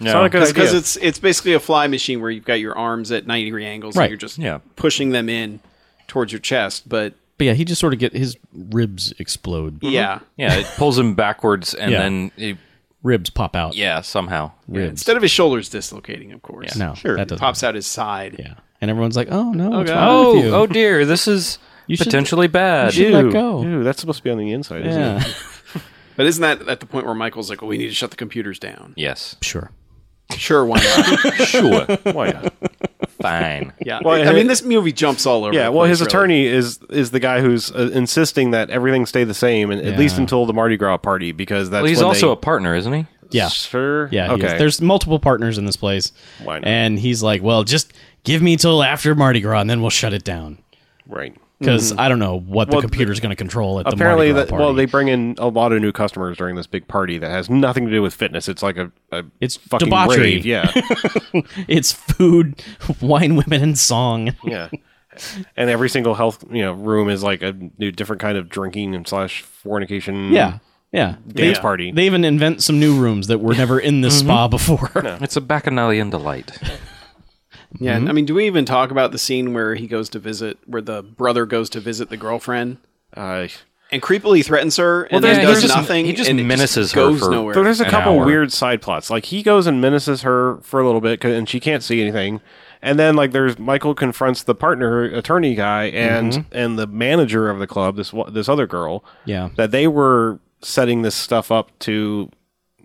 A: No.
B: It's not a good
C: because
B: idea.
C: it's it's basically a fly machine where you've got your arms at ninety degree angles
D: Right.
C: and you're just
A: Yeah.
C: pushing them in towards your chest. But
D: But yeah, he just sort of get his ribs explode.
C: Mm-hmm. yeah,
A: Yeah, it pulls him backwards and
D: Yeah.
A: then it,
D: Ribs pop out.
A: yeah, somehow.
D: Ribs.
C: instead of his shoulders dislocating, of course,
D: No,
C: sure,
D: that doesn't
C: pops out his side.
D: Yeah. And everyone's like, "Oh no, what's
C: God.
D: wrong with
A: Oh,
D: you?"
A: oh dear, this is
D: should-
A: potentially bad.
D: should- let go.
B: ew, that's supposed to be on the inside, isn't it?
C: <laughs>
D: yeah,
C: But isn't that at the point where Michael's like, "Oh, we need to shut the computers down"?
A: Yes.
D: sure.
C: Sure, why not?
A: Sure.
B: <laughs> Why not?
A: Fine.
C: Yeah,
B: Well,
C: I
B: it-
C: mean, this movie jumps all over.
B: Yeah,
C: the
B: well,
C: place,
B: his
C: really.
B: attorney is is the guy who's uh, insisting that everything stay the same, and at least
D: Yeah.
B: until the Mardi Gras party, because that's
A: Well, he's
B: when
A: also a
B: they,
A: partner, isn't he?
D: Yeah.
B: sure,
D: Yeah, he is.
B: okay.
D: there's multiple partners in this place.
B: Why not?
D: And he's like, "Well, just give me till after Mardi Gras, and then we'll shut it down."
B: right.
D: Because I don't know what
B: Mm-hmm.
D: the
B: Well,
D: computer's going to control at the
B: Apparently,
D: Mardi
B: that,
D: Gras
B: well, they
D: party.
B: bring in a lot of new customers during this big party that has nothing to do with fitness. It's like a, a
D: It's
B: fucking
D: debauchery.
B: rave.
D: <laughs>
B: Yeah,
D: it's food, <laughs> wine, women,
B: <laughs>
D: and song.
B: yeah. And every single health you know room is like a new different kind of drinking and slash fornication.
D: Yeah, yeah.
B: dance
D: They-
B: party.
D: They even invent some new rooms that were never in this
B: Mm-hmm.
D: spa before.
A: It's a bacchanalian delight.
C: Yeah, I mean, do we even talk about the scene where he goes to visit, where the brother goes to visit the girlfriend?
B: Uh,
C: and creepily threatens her and
B: there's-
C: then
B: there's
C: does
B: just-
C: nothing.
A: he just
C: and it
A: menaces her
C: goes
A: for-
C: nowhere.
B: So there's a
A: an
B: couple
A: hour.
B: weird side plots. Like he goes and menaces her for a little bit, 'cause- and she can't see anything. And then like there's Michael confronts the partner attorney guy and and the manager of the club, this wa- this other girl.
D: Yeah.
B: that they were setting this stuff up to,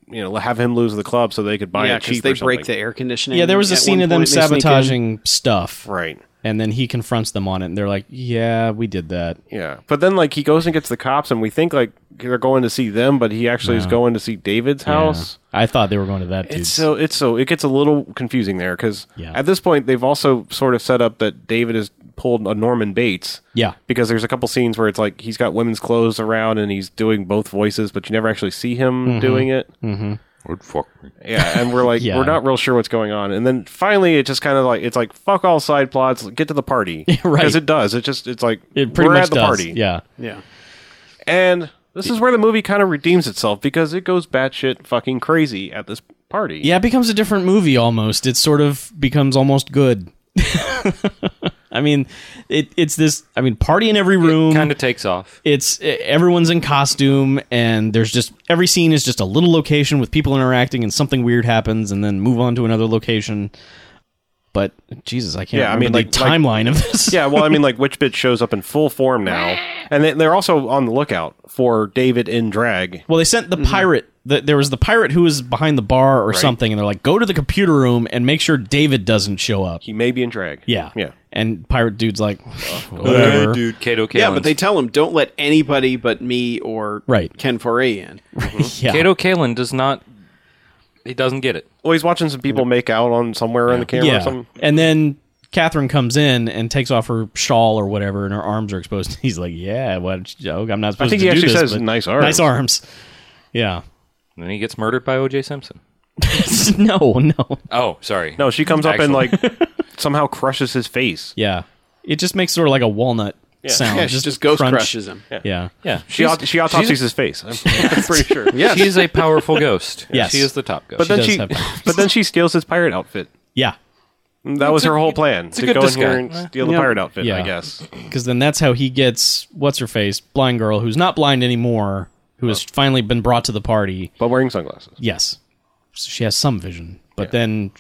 B: you know, have him lose the club so they could buy
C: yeah,
B: it
C: because
B: cheap.
C: they
B: or something.
C: break the air conditioning.
D: <laughs> Yeah, there was a
C: at
D: scene
C: one
D: of them
C: point, and they sneak in.
D: sabotaging stuff,
B: right.
D: and then he confronts them on it, and they're like, "Yeah, we did that."
B: Yeah, but then like he goes and gets the cops, and we think like they're going to see them, but he actually is going to see David's house.
D: Yeah. I thought they were going to that dude's.
B: It's so it's so it gets a little confusing there because
D: Yeah.
B: at this point they've also sort of set up that David has pulled a Norman Bates.
D: Yeah.
B: Because there's a couple scenes where it's like he's got women's clothes around and he's doing both voices, but you never actually see him
D: Mm-hmm.
B: doing it. Yeah, and
D: <laughs>
B: we're like
D: Yeah.
B: we're not real sure what's going on. And then finally it just kind of like it's like fuck all side plots, get to the party.
D: <laughs> Right.
B: Because it does. It just it's like
D: it pretty
B: we're
D: much
B: at the
D: does.
B: party.
D: Yeah.
C: Yeah,
B: And this is where the movie kind of redeems itself because it goes batshit fucking crazy at this party.
D: Yeah, it becomes a different movie almost. It sort of becomes almost good. <laughs> I mean, it, it's this. I mean, party in every room.
A: kind of takes off.
D: it's e, everyone's in costume, and there's just every scene is just a little location with people interacting, and something weird happens, and then move on to another location. But Jesus, I can't.
B: Yeah, I
D: remember,
B: mean,
D: like
B: like-
D: timeline of this.
B: <laughs> yeah, well, I mean, like Witch Bitch shows up in full form now, and they, they're also on the lookout for David in drag.
D: Well, they sent
B: Mm-hmm.
D: the pirate. The, there was the pirate who was behind the bar or something, and they're like, "Go to the computer room and make sure David doesn't show up."
B: He may be in drag.
D: Yeah,
B: yeah.
D: And pirate dude's like, whatever.
A: dude, Kato Kalins.
C: yeah, but they tell him don't let anybody but me or
D: <laughs> Right.
C: Ken Foray in.
D: Yeah.
A: Kato Kalin does not. He doesn't get it.
B: Well, he's watching some people make out on somewhere on the camera or
D: yeah.
B: something.
D: And then Catherine comes in and takes off her shawl or whatever, and her arms are exposed. <laughs> He's like, "Yeah, what? Oh, I'm not supposed
B: I think
D: to
B: he
D: do
B: actually
D: this."
B: says,
D: but
B: "Nice arms."
D: Nice arms. Yeah.
A: And then he gets murdered by O.J. Simpson.
D: <laughs> no, no.
A: Oh, sorry.
B: No, she comes up and
D: <laughs>
B: like somehow crushes his face.
D: Yeah. It just makes sort of like a walnut sound.
C: <laughs> Yeah, she just ghost
D: crunch.
C: crushes him.
D: Yeah.
A: Yeah,
B: She aut- she autopsies his face.
D: <laughs>
B: I'm, I'm pretty sure.
A: yeah. She's a powerful ghost.
D: Yes.
A: she is the top ghost.
B: but then
D: does
B: she
D: have powers.
B: but then she steals his pirate outfit.
D: Yeah.
B: And That was her whole plan
A: a
B: to
A: good
B: go in here
A: disguise.
B: and steal the pirate outfit. I
D: Yeah.
B: guess.
D: because then that's how he gets what's her face blind girl who's not blind anymore who has finally been brought to the party
B: But wearing sunglasses.
D: yes so she has some vision but then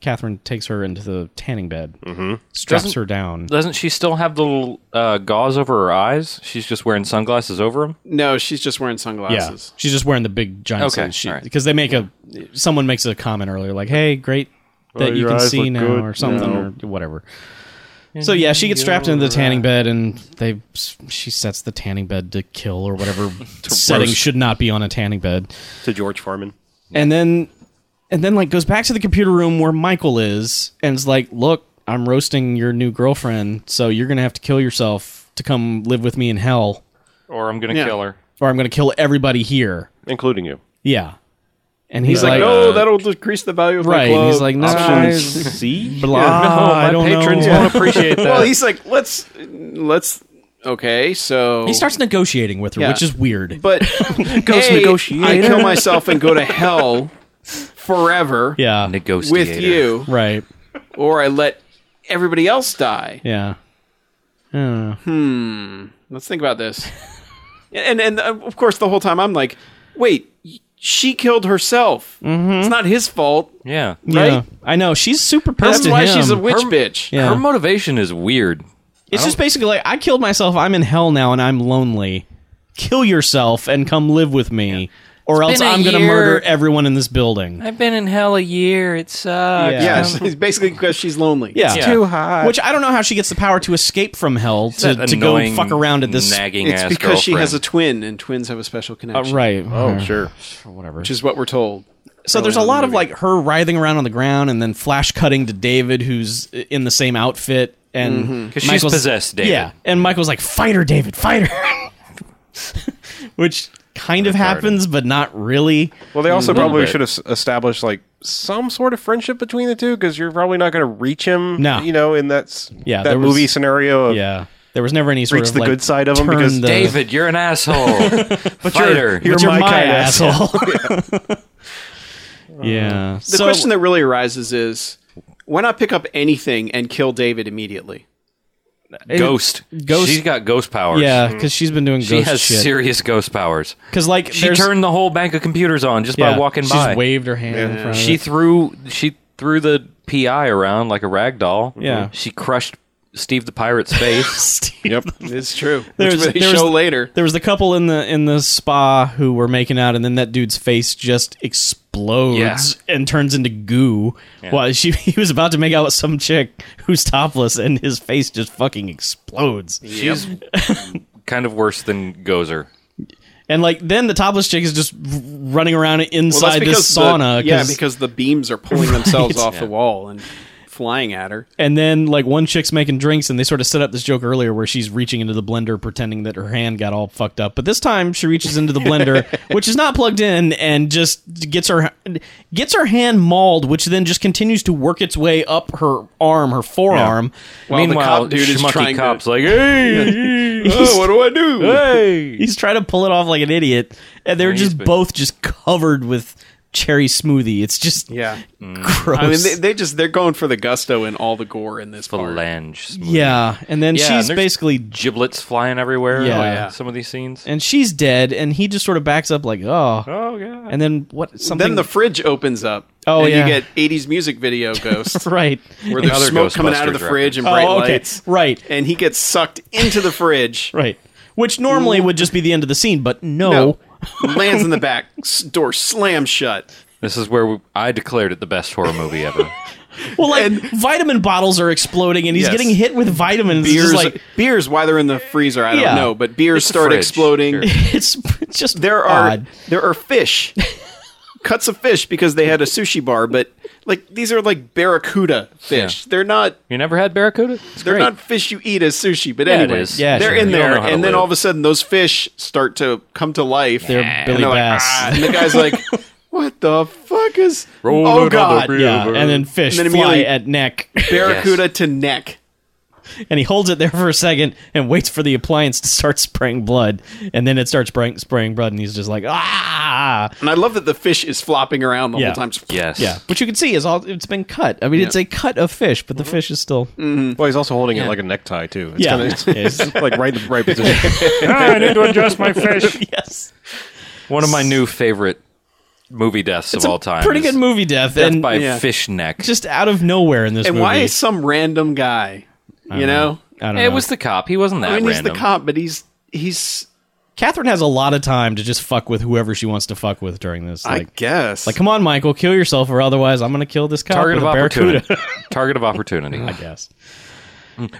D: catherine takes her into the tanning bed mm-hmm. straps
A: Doesn't-
D: her down
A: Doesn't she still have the little uh, gauze over her eyes? She's just wearing sunglasses over them.
C: No, she's just wearing
D: yeah
C: sunglasses.
D: she's just wearing the big giant
A: Okay,
D: sleeve sheet
A: all right.
D: because they make a someone makes a comment earlier like hey great that you
B: your
D: can
B: eyes
D: see
B: look
D: now
B: good
D: or something or whatever so yeah, she gets strapped into the tanning bed, and they she sets the tanning bed to kill
B: <laughs>
D: or whatever setting
B: roast.
D: should not be on a tanning bed.
B: To George Foreman.
D: and then and then like goes back to the computer room where Michael is and is like, "Look, I'm roasting your new girlfriend, so you're gonna have to kill yourself to come live with me in hell,
A: Or I'm gonna
C: Yeah.
A: kill her.
D: or I'm gonna kill everybody here."
B: including you.
D: Yeah, and he's,
C: He's like,
D: like, uh,
C: no, that'll decrease the value of my
D: right?
C: club.
D: And
C: <laughs>
D: he's like, no, <laughs> I-
B: C.
D: blah,
A: no,
D: I
A: my
D: don't
A: patrons
D: know.
A: won't appreciate that.
C: well, he's like, let's let's okay, so
D: <laughs> He starts negotiating with her,
C: Yeah.
D: <laughs> which is weird.
C: <laughs> but
B: Ghost
C: A, I
B: negotiator.
D: <laughs>
C: kill myself and go to hell. forever
D: Yeah.
A: Negotiator.
C: with you,
D: Right.
C: or I let everybody else die.
D: Yeah. Yeah.
C: Let's think about <laughs> this. and and uh, of course, the whole time I'm like, wait, she killed herself.
D: Mm-hmm.
C: It's not his fault.
A: Yeah.
D: Yeah. I know. She's super pissed
C: That's
D: at
C: why
D: him.
C: she's a witch
A: Her-
C: bitch.
D: Yeah.
A: Her motivation is weird.
D: It's just basically like I killed myself. I'm in hell now, and I'm lonely. Kill yourself and come live with me, or else
E: been a
D: I'm going to
E: year.
D: murder everyone in this building.
E: I've been in hell a year. It
C: <laughs>
E: sucks.
C: Yeah, she's basically because she's lonely.
D: Yeah.
A: Yeah. Too
E: hot.
D: Which I don't know how she gets the power to escape from hell to,
A: That
D: to go
A: annoying,
D: fuck around at this.
A: nagging
C: It's
A: ass
C: because she has a
A: girlfriend.
C: twin, and twins have a special
D: Uh,
C: connection.
D: right.
B: Oh, sure.
D: Whatever.
C: Which is what we're told.
D: so there's a lot of like her writhing around on the ground and then flash cutting to David who's in the same outfit and
A: Mm-hmm. 'Cause she's
D: Michael's-
A: possessed, David.
D: Yeah. And Michael's like, Fight her, David, fight her <laughs> Which kind of happens, but not really.
B: Well, they
D: Mm-hmm.
B: also probably
A: bit.
B: should have s- established like some sort of friendship between the two because you're probably not going to reach him.
D: No.
B: you know, in that s-
D: Yeah,
B: that
D: there was-
B: movie scenario. Of,
D: Yeah. There was never any sort
B: Reach
D: of
B: the
D: like,
B: good side of 'em
D: turn
B: because
D: the,
A: David, you're an asshole. but
B: you're-
D: Uh, but
B: you're
D: you're
B: my
D: my,
B: kind of
D: <laughs> asshole.
B: <laughs>
D: <laughs> yeah.
C: The question that really arises is, why not pick up anything and kill David immediately?
A: ghost.
D: Ghost-
A: She's got ghost powers.
D: Yeah, because she's been doing
A: She
D: ghost
A: has
D: shit.
A: serious ghost powers.
D: Because like
A: She
D: there's-
A: turned the whole bank of computers on just
D: yeah,
A: by walking
D: she's
A: by.
D: waved her hand. In front of
A: she
D: it.
A: threw she threw the PI around like a rag doll.
D: Yeah.
A: She crushed Steve the Pirate's
D: <laughs>
A: face.
B: Yep.
C: <laughs> It's true.
D: There's-
C: Which they
D: there's-
C: show later.
D: There was the couple in the in the spa who were making out, and then that dude's face just explodes
A: Yeah.
D: and turns into goo. While she <laughs> he was about to make out with some chick who's topless, and his face just fucking explodes.
A: She's kind of worse than Gozer.
D: And like then the topless chick is just r- running around
C: Well,
D: inside
C: that's because
D: this sauna.
C: The, yeah,
D: 'cause-
C: because the beams are
D: <laughs>
C: pulling themselves off the wall and flying at her.
D: and then like one chick's making drinks, and they sort of set up this joke earlier where she's reaching into the blender pretending that her hand got all fucked up. But this time she reaches into
C: <laughs>
D: the blender, which is not plugged in, and just gets her gets her hand mauled, which then just continues to work its way up her arm, her forearm. <laughs>
C: While the
A: Meanwhile,
C: cop dude is
A: schmucky
C: trying to-
A: cops like, hey,
C: Oh, what do I do?
A: hey.
D: He's trying to pull it off like an idiot, and they're
A: Yeah, he's
D: just
A: been-
D: both just covered with cherry smoothie. It's just
C: Yeah.
D: gross.
C: I mean, they, they just, they're going for the gusto and all the gore in this part.
A: Phalange. smooth.
D: Yeah, and then
A: Yeah,
D: she's
A: and there's-
D: basically
A: Giblets flying everywhere.
D: Yeah.
A: Yeah.
D: Oh,
C: yeah.
A: Some of these scenes.
D: and she's dead, and he just sort of backs up like, oh,
A: Oh, yeah.
D: and then what? Something.
C: Then the fridge opens up.
D: Oh,
C: and
D: yeah.
C: you get 80s music video ghost
D: <laughs> right.
C: where there's
A: Another
C: smoke coming out of
A: Ghostbusters
C: the fridge and
D: Oh,
C: bright
D: okay.
C: lights.
D: Right.
C: And he gets sucked into the fridge.
D: <laughs> Right. Which normally would just be the end of the scene, but no.
C: No. Lands in the back. s- Door slams shut.
A: This is where we, I declared it the best horror movie ever.
D: Well, like
C: And-
D: vitamin bottles are exploding, and he's
C: Yes.
D: getting hit with vitamins. It's
C: Beers,
D: just like <laughs>
C: beers, why they're in the freezer, I don't
D: Yeah.
C: know, but beers
A: It's a
C: start
A: fridge,
C: exploding.
A: sure.
D: it's it's just
C: there are
D: odd.
C: there are fish cuts of fish because they had a sushi bar but like these are like barracuda fish they're not
A: you never had Barracuda? It's
C: they're
A: great.
C: not fish you eat as sushi but
A: Yeah, it
C: anyway
A: is.
D: Yeah,
C: they're
D: sure.
C: in
D: You
A: don't
C: there
A: know how to
C: and then
A: live.
C: all of a sudden those fish start to come to life
D: They're
C: and
D: Billy
C: they're like,
D: Bass.
C: "Ah," and the guy's
A: <laughs>
C: like what the fuck is
A: Roll
C: oh
A: another
C: god
A: beer.
D: yeah, and then fish
C: And then
D: fly
C: immediately-
D: at neck,
C: barracuda to neck
D: and he holds it there for a second and waits for the appliance to start spraying blood, and then it starts spraying, spraying blood, and he's just like ah,
C: and i love that the fish is flopping around the
D: Yeah.
C: whole time Just-
A: Yes.
D: yeah. Which you can see is all it's been cut. I mean, it's a cut of fish, but the fish is still
B: Well, he's also holding it like a necktie too. It's
D: Yeah.
B: kinda, it's, <laughs>
D: <laughs> Yes.
B: like right the right <laughs> position.
A: I need to adjust <laughs> my fish.
D: yes.
A: One of my new favorite movie deaths
D: It's
A: of all
D: a
A: time.
D: pretty
A: is
D: good movie death,
A: Death
D: and
A: by
C: yeah.
A: fish neck.
D: just out of nowhere in this
C: and
D: movie.
C: why is some random guy you know
D: I don't know.
A: it was the cop. He wasn't that
C: i mean he's
A: random.
C: the cop but he's he's
D: Catherine has a lot of time to just fuck with whoever she wants to fuck with during this. Like,
C: I guess.
D: like, come on, Michael, kill yourself, or otherwise I'm gonna kill this cop
A: Target
D: with
A: of
D: a barracuda.
A: opportunity. Target
D: <laughs>
A: of opportunity.
D: I guess.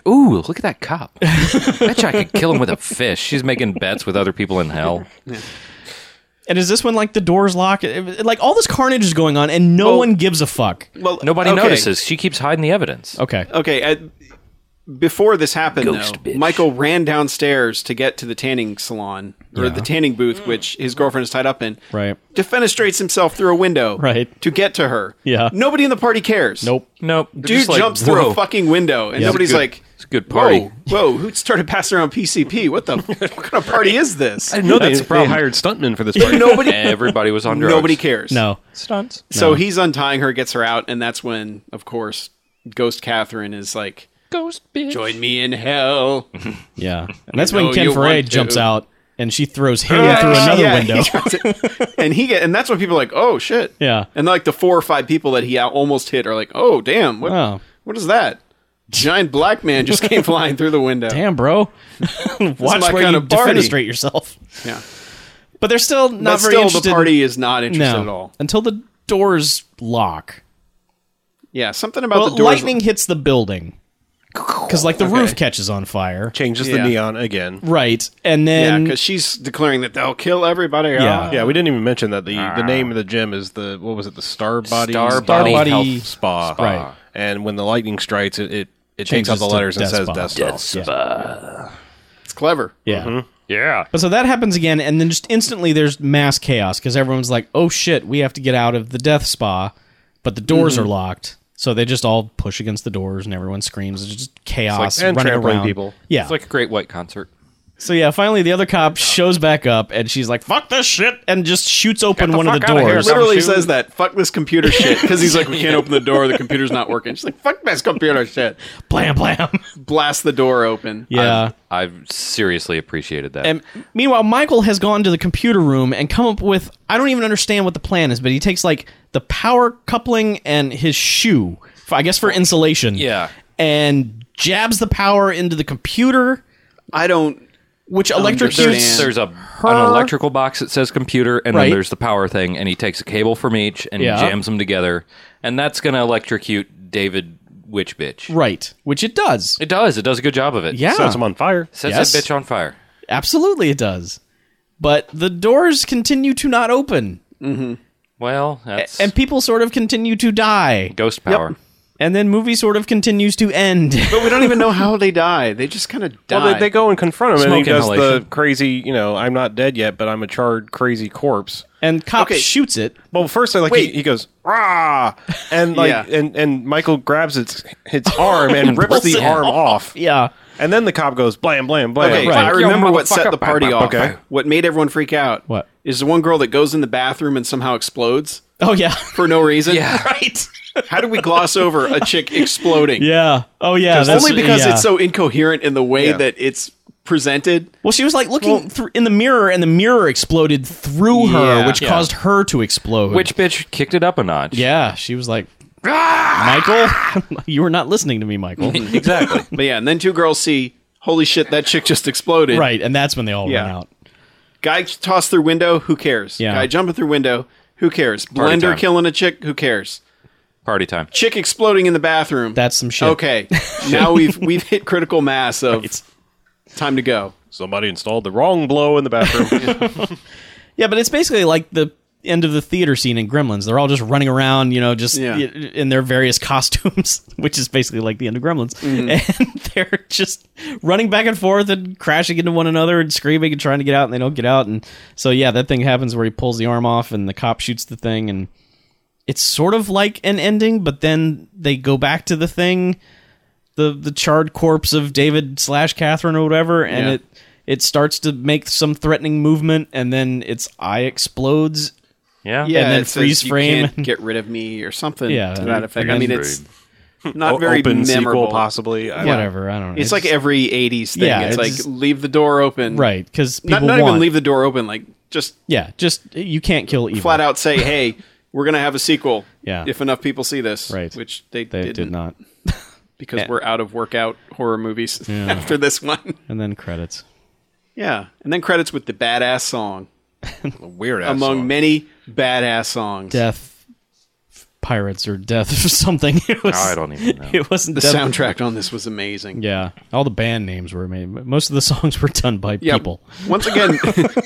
A: Ooh, look at that cop. Bet you I could kill him with a fish. She's making bets with other people in hell.
D: And is this when like the doors lock? It- it- Like all this carnage is going on, and no
C: Well-
D: one gives a fuck.
C: well,
A: Nobody
C: okay.
A: notices. She keeps hiding the evidence.
D: Okay.
C: Okay, I, before this happened,
A: Ghost
C: though,
A: bitch.
C: Michael ran downstairs to get to the tanning salon or the tanning booth, which his girlfriend is tied up in.
D: Right.
C: Defenestrates himself through a window.
D: Right.
C: To get to her.
D: Yeah.
C: Nobody in the party cares.
D: Nope.
A: Nope.
C: Dude jumps through a fucking window, and nobody's like,
A: It's a good party.
C: Whoa, whoa! Who started passing around PCP? What the? what kind of party is this?
B: No, they,
A: That's the
B: they
A: problem.
B: hired stuntmen for this party. <laughs>
C: Nobody,
A: Everybody was on drugs.
C: nobody cares.
D: No.
E: Stunts.
C: So he's untying her, gets her out, and that's when, of course, Ghost Catherine is like,
E: Ghost bitch.
C: "Join me in hell."
D: Yeah. And that's when
C: know
D: Ken
C: you
D: Foray
C: want to.
D: jumps out and she throws him
C: Yeah,
D: through another
C: yeah, <laughs>
D: window.
C: he tries it. and he get, and that's when people are like, "Oh shit!"
D: Yeah.
C: And like the four or five people that he out- almost hit are like, "Oh damn! What,
D: Oh.
C: what is that?" Giant black man just
D: <laughs>
C: came flying through the window.
D: Damn, bro. Watch
C: my
D: where
C: kind
D: you
C: of party.
D: defenestrate yourself.
C: Yeah.
D: But they're still not
C: But
D: very
C: still,
D: interested.
C: the party is not interested
D: no,
C: at all.
D: until the doors lock.
C: Yeah, something about
D: Well,
C: the doors.
D: lightning hits the building because, like, the roof catches on fire.
B: Changes
C: Yeah.
B: the neon again.
D: Right, and
C: Yeah,
D: then
C: because she's declaring that they'll kill everybody.
D: Yeah.
C: Yeah.
B: Yeah, we didn't even mention that the, the name of the gym is the what was it the Star Body
A: Star
B: Health
A: Body
D: Health
B: Spa.
D: Right.
B: And when the lightning strikes, it it, it takes out
D: Changes
B: the
D: to
B: letters and
D: Death
B: says
D: Spa.
B: Death Star.
C: It's clever.
D: yeah.
A: Yeah.
D: But so that happens again, and then just instantly there's mass chaos because everyone's like, "Oh shit, we have to get out of the death spa," but the doors are locked, so they just all push against the doors, and everyone screams. It's just chaos
B: and
D: running
B: trampling
D: around.
B: people.
D: Yeah.
A: It's like a great white concert.
D: so yeah, finally the other cop shows back up, and she's like, "Fuck this shit," and just shoots open one of the
A: fuck outta here,
D: doors.
A: Some
C: Literally
A: shoes.
C: says that. Fuck this computer shit. Because he's like, we
D: <laughs>
C: can't open the door. The computer's not working. She's like, fuck this computer shit.
D: Blam blam.
C: Blast the door open.
D: <laughs> yeah.
A: I've seriously appreciated that.
D: And meanwhile, Michael has gone to the computer room and come up with I don't even understand what the plan is, but he takes like the power coupling and his shoe, for- I guess for insulation.
A: Yeah.
D: And jabs the power into the computer,
C: I don't.
D: which
A: there's,
D: electrocutes.
C: Understand.
A: there's a an electrical box that says computer, and
D: Right.
A: then there's the power thing, and he takes a cable from each and
D: Yeah.
A: jams them together, and that's gonna electrocute David Witch Bitch.
D: Right, which it does.
A: It does. It does a good job of it.
D: yeah.
B: Sets them on fire.
A: Sets
D: Yes.
A: that bitch on fire.
D: Absolutely, it does. But the doors continue to not open,
A: Well, that's
D: and people sort of continue to die,
A: ghost power.
D: and then movie sort of continues to end. <laughs>
C: But we don't even know how they die. They just kind of die.
B: Well, they, they go and confront him, and
A: Smoke
B: he does the
A: inhalation.
B: crazy, you know, I'm not dead yet, but I'm a charred, crazy corpse.
D: and cop
C: Okay.
D: shoots it.
B: Well, first, like he,
C: Wait.
B: he goes rah, and like
C: Yeah.
B: and and Michael grabs its its arm and rips
D: Pulls
B: the
D: it
B: arm off,
D: Yeah.
B: and then the cop goes blam, blam, blam.
C: Okay,
D: Right.
C: I remember
A: Yo,
C: what set
A: motherfucker.
C: the party off.
B: Okay.
C: What made everyone freak out?
D: What?
C: Is the one girl that goes in the bathroom and somehow explodes
D: Oh yeah. <laughs>
C: for no reason. <laughs>
A: Yeah.
D: right.
C: How did we gloss over a chick exploding?
D: Yeah. Oh yeah. that's-
C: Only because
D: yeah.
C: it's so incoherent in the way that it's presented.
D: Well, she was like looking through in the mirror, and the mirror exploded through her,
C: Yeah.
D: which
A: Yeah.
D: caused her to explode.
A: Witch Bitch kicked it up a notch.
D: yeah, she was like, Michael, <laughs> you were not listening to me, Michael.
A: exactly.
C: But yeah, and then two girls see, holy shit, that chick just exploded.
D: right, and that's when they all ran
C: Yeah.
D: out.
C: Guy tossed through window, who cares?
D: Yeah.
C: Guy jumping through window, who cares? Blender
A: time.
C: killing a chick, who cares?
A: Party time.
C: Chick exploding in the bathroom.
D: That's some shit. <laughs>
C: Okay. now we've we've hit critical mass of
D: Right.
C: time to go.
B: Somebody installed the wrong blow in the bathroom.
D: Yeah, but it's basically like the end of the theater scene in Gremlins. They're all just running around, you know, just
C: Yeah.
D: y- in their various <laughs> costumes, which is basically like the end of Gremlins. <laughs> And they're just running back and forth and crashing into one another and screaming and trying to get out, and they don't get out. And so, yeah, that thing happens where he pulls the arm off and the cop shoots the thing. And it's sort of like an ending, but then they go back to the thing. The, the charred corpse of David slash Catherine or whatever, and
C: Yeah.
D: it it starts to make some threatening movement and then its eye explodes
A: Yeah.
D: And then
C: it says,
D: freeze
C: "You
D: frame."
C: can't get rid of me or something
D: Yeah.
C: to that effect. I
D: And-
C: mean, it's not very
B: Open
C: memorable.
B: sequel, possibly. I-
D: whatever i don't know
C: It's like every '80s thing.
D: Yeah,
C: it's,
D: it's-
C: like leave the door open.
D: right because people
C: Not, not
D: want,
C: even leave the door open. Like just
D: yeah just you can't kill evil
C: flat out say, "Hey, we're gonna have a sequel."
D: Yeah.
C: If enough people see this,
D: Right.
C: Which they,
D: they
C: didn't
D: did not
C: because we're out of workout horror movies <laughs> after this one.
D: and then credits
C: yeah, and then credits with the badass song
B: Weird ass
C: among
B: song.
C: many badass songs.
D: death pirates or death <laughs> or something it was,
A: I don't even know.
D: <laughs> it wasn't
C: The
D: death-
C: soundtrack on this was amazing.
D: yeah all the band names were made but most of the <laughs> songs were done by
C: Yeah,
D: people
C: Once
A: <laughs>
C: again,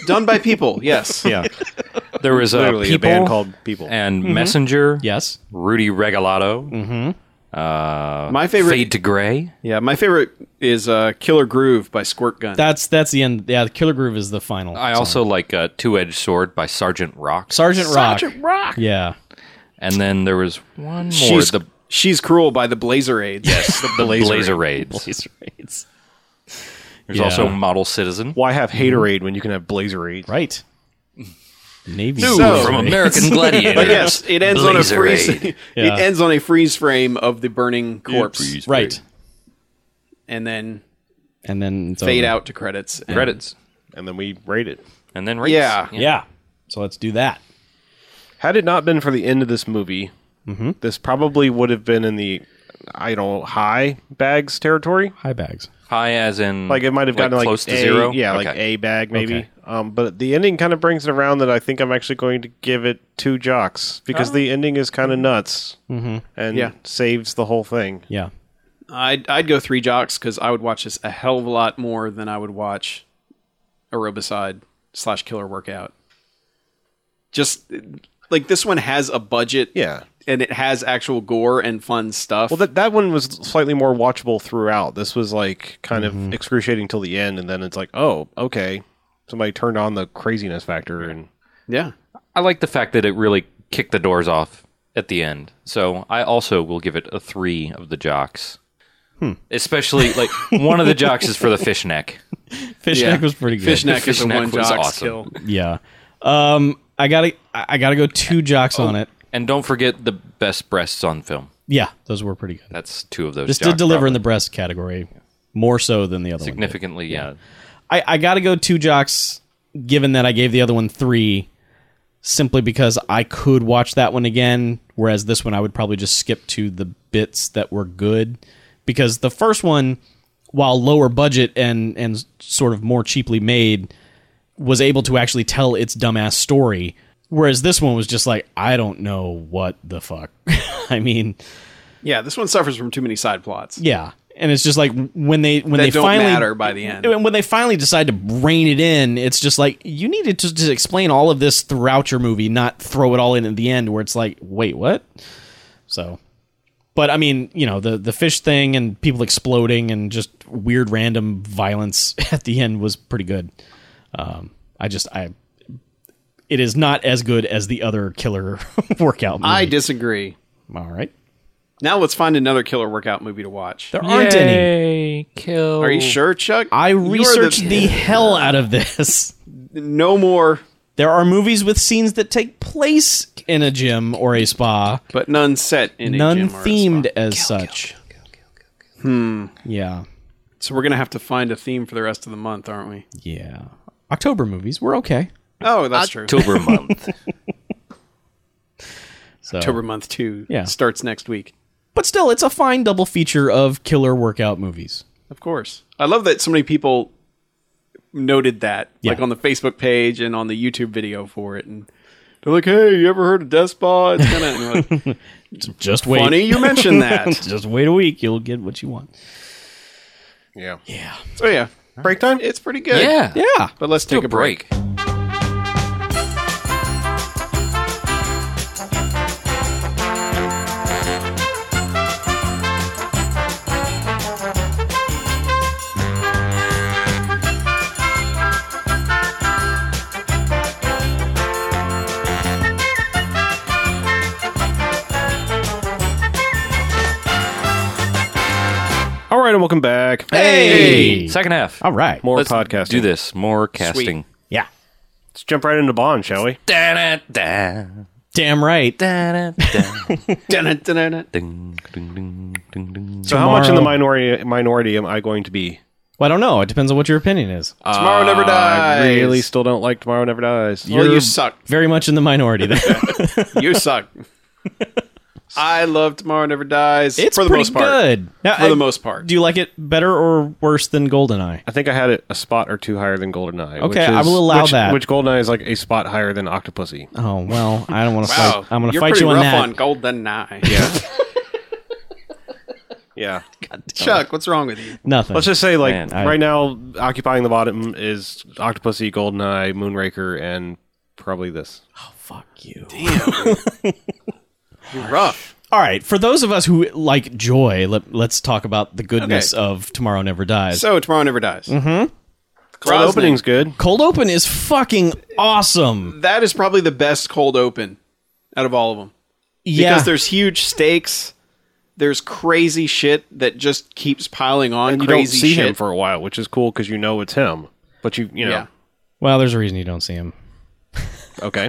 C: done by people. Yes.
B: Yeah,
A: There was uh,
B: literally
A: people
B: a band called People.
A: and Messenger.
D: yes
A: Rudy Regalado.
C: My favorite.
A: Fade to Gray.
C: Yeah, my favorite is uh, "Killer Groove" by Squirt Gun.
D: that's that's the end yeah the killer groove is the final
A: I
D: song.
A: also like uh, Two Edged Sword by Sergeant Rock.
D: sergeant rock
C: Sergeant Rock.
D: yeah
A: and then there was one more.
C: She's
A: the
C: She's Cruel by the Blazer Aids. <laughs>
A: Yes, the Blazer,
B: Blazer
A: Raids.
D: Raids.
A: There's
D: Yeah.
A: also Model Citizen.
B: Why have Haterade when you can have Blazerade?
D: Right. Navy.
C: Dude,
B: <laughs>
D: Seals
A: From
D: Raids.
A: American Gladiator.
C: But yes, it ends
A: Blazer
C: on a freeze.
A: Aid.
C: <laughs>
D: Yeah.
C: It ends on a freeze frame of the burning corpse,
D: Right.
C: and then
D: And then
A: Oh.
D: it's
C: fade
D: over.
C: out to credits. and-
A: Credits.
B: And then we raid it.
A: And then rates.
C: Yeah.
D: Yeah. So let's do that.
B: Had it not been for the end of this movie, this probably would have been in the I don't know, high bags territory.
D: High bags.
A: High as in
B: Like it might have gotten like,
A: close to
B: a,
A: zero.
B: Yeah, like
A: Okay.
B: a bag maybe.
D: Okay.
B: Um, but the ending kind of brings it around that I think I'm actually going to give it two jocks because the ending is kind of nuts
A: Mm-hmm.
B: and
C: Yeah.
B: saves the whole thing.
D: Yeah.
C: I'd I'd go three jocks because I would watch this a hell of a lot more than I would watch aerobicide slash killer workout. Just like this one has a budget,
B: Yeah.
C: and it has actual gore and fun stuff.
B: Well, that that one was slightly more watchable throughout. This was like kind
A: Mm-hmm.
B: of excruciating till the end, and then it's like, oh, okay, somebody turned on the craziness factor, and
C: yeah,
A: I like the fact that it really kicked the doors off at the end. So I also will give it a three of the jocks.
B: Hmm.
A: Especially
B: <laughs>
A: like one of the jocks is for the fishneck.
D: Fishneck was pretty good.
C: Fishneck is a
A: Fishneck
C: one
A: was
C: jocks
A: awesome.
C: kill.
D: Yeah. Um, I gotta, I I gotta go two jocks on it.
A: And don't forget the best breasts on film.
D: Yeah, those were pretty good.
A: That's two of those.
D: This
A: jocks,
D: did deliver in
A: probably.
D: the breast category more so than the other one. did.
A: significantly. Yeah.
D: I, I got to go two jocks, given that I gave the other one three, simply because I could watch that one again. Whereas this one, I would probably just skip to the bits that were good, because the first one, while lower budget and and sort of more cheaply made, was able to actually tell its dumbass story. Whereas this one was just like, I don't know what the fuck. <laughs> I mean,
C: Yeah, this one suffers from too many side plots
D: yeah, and it's just like when they when
C: that
D: they
C: don't
D: finally
C: matter by the end.
D: and when they finally decide to rein it in, it's just like you needed to just explain all of this throughout your movie, not throw it all in at the end where it's like, wait, what? So, but I mean, you know, the the fish thing and people exploding and just weird random violence <laughs> at the end was pretty good. Um, I just I, it is not as good as the other killer <laughs> workout. Movie.
C: I disagree.
D: all right.
C: Now let's find another killer workout movie to watch.
D: There aren't any.
E: Yay, kill.
C: Are you sure, Chuck?
D: Oh. I
C: You are the-
D: researched the <laughs> hell out of this. <laughs>
C: no more,
D: There are movies with scenes that take place in a gym or a spa,
C: but none set in a
D: none
C: gym or a spa.
D: themed as such. Hmm. Yeah.
C: So we're gonna have to find a theme for the rest of the month, aren't we?
D: Yeah. October movies were okay.
C: Oh, that's
B: <laughs>
C: true.
A: October month.
D: So.
C: October month two
D: Yeah.
C: starts next week.
D: But still, it's a fine double feature of killer workout movies.
C: Of course. I love that so many people noted that,
D: Yeah.
C: like on the Facebook page and on the YouTube video for it. And they're like, hey, you ever heard of Death Spa? It's
D: <laughs>
C: kind of
D: Just wait.
C: funny you mentioned that.
D: <laughs> Just wait a week. You'll get what you want.
B: yeah,
C: So, Oh, yeah,
B: break time.
C: it's pretty good.
A: yeah.
D: Yeah.
C: But let's take
A: Take
C: a break.
B: All right, and welcome back.
D: Hey.
A: Second half.
D: All right.
B: More
A: Let's
B: podcasting.
A: Do this. More casting.
D: Yeah.
B: Let's jump right into Bond, shall we?
A: Da da
D: Damn right.
A: da da
C: Dun-dun-dun-dun.
A: ding ding ding ding ding.
B: So, how much in the
D: Tomorrow.
B: minority minority am I going to be?
D: Well, I don't know. It depends on what your opinion is.
C: Tomorrow never dies.
B: I really still don't like Tomorrow Never Dies.
C: Well, you suck.
D: Very much in the minority. <laughs> There.
C: You suck. I love Tomorrow Never Dies.
D: it's
C: for the
D: pretty
C: most part.
D: good. Now,
C: For
D: I-
C: the most part.
D: Do you like it better or worse than Goldeneye?
B: I think I had it a spot or two higher than Goldeneye.
D: Okay, I will allow
B: which,
D: that.
B: Which Goldeneye is like a spot higher than Octopussy.
D: Oh well, I don't want to
C: Wow,
D: fight. I'm going to
C: You're
D: fight
C: pretty
D: you on
C: rough
D: that.
C: on Golden Eye.
D: <laughs>
B: Yeah. yeah.
C: <laughs> Chuck, what's wrong with you?
B: <laughs>
D: Nothing.
B: Let's just say, like,
A: Man,
D: I-
B: right now, occupying the bottom is Octopussy, Goldeneye, Moonraker, and probably this.
D: fuck you.
C: You're rough.
D: All right, for those of us who like joy, let, let's talk about the goodness
C: Okay.
D: of Tomorrow Never Dies.
C: So Tomorrow Never Dies. Mm-hmm.
B: Well, the opening's good.
D: Cold Open is fucking awesome.
C: That is probably the best cold open out of all of them
D: Yeah.
C: because there's huge stakes. there's crazy shit that just keeps piling on
B: And you don't
C: crazy
B: see
C: shit.
B: him for a while, which is cool because you know it's him. But you, you know,
C: yeah.
D: Well, there's a reason you don't see him.
C: <laughs>
B: okay.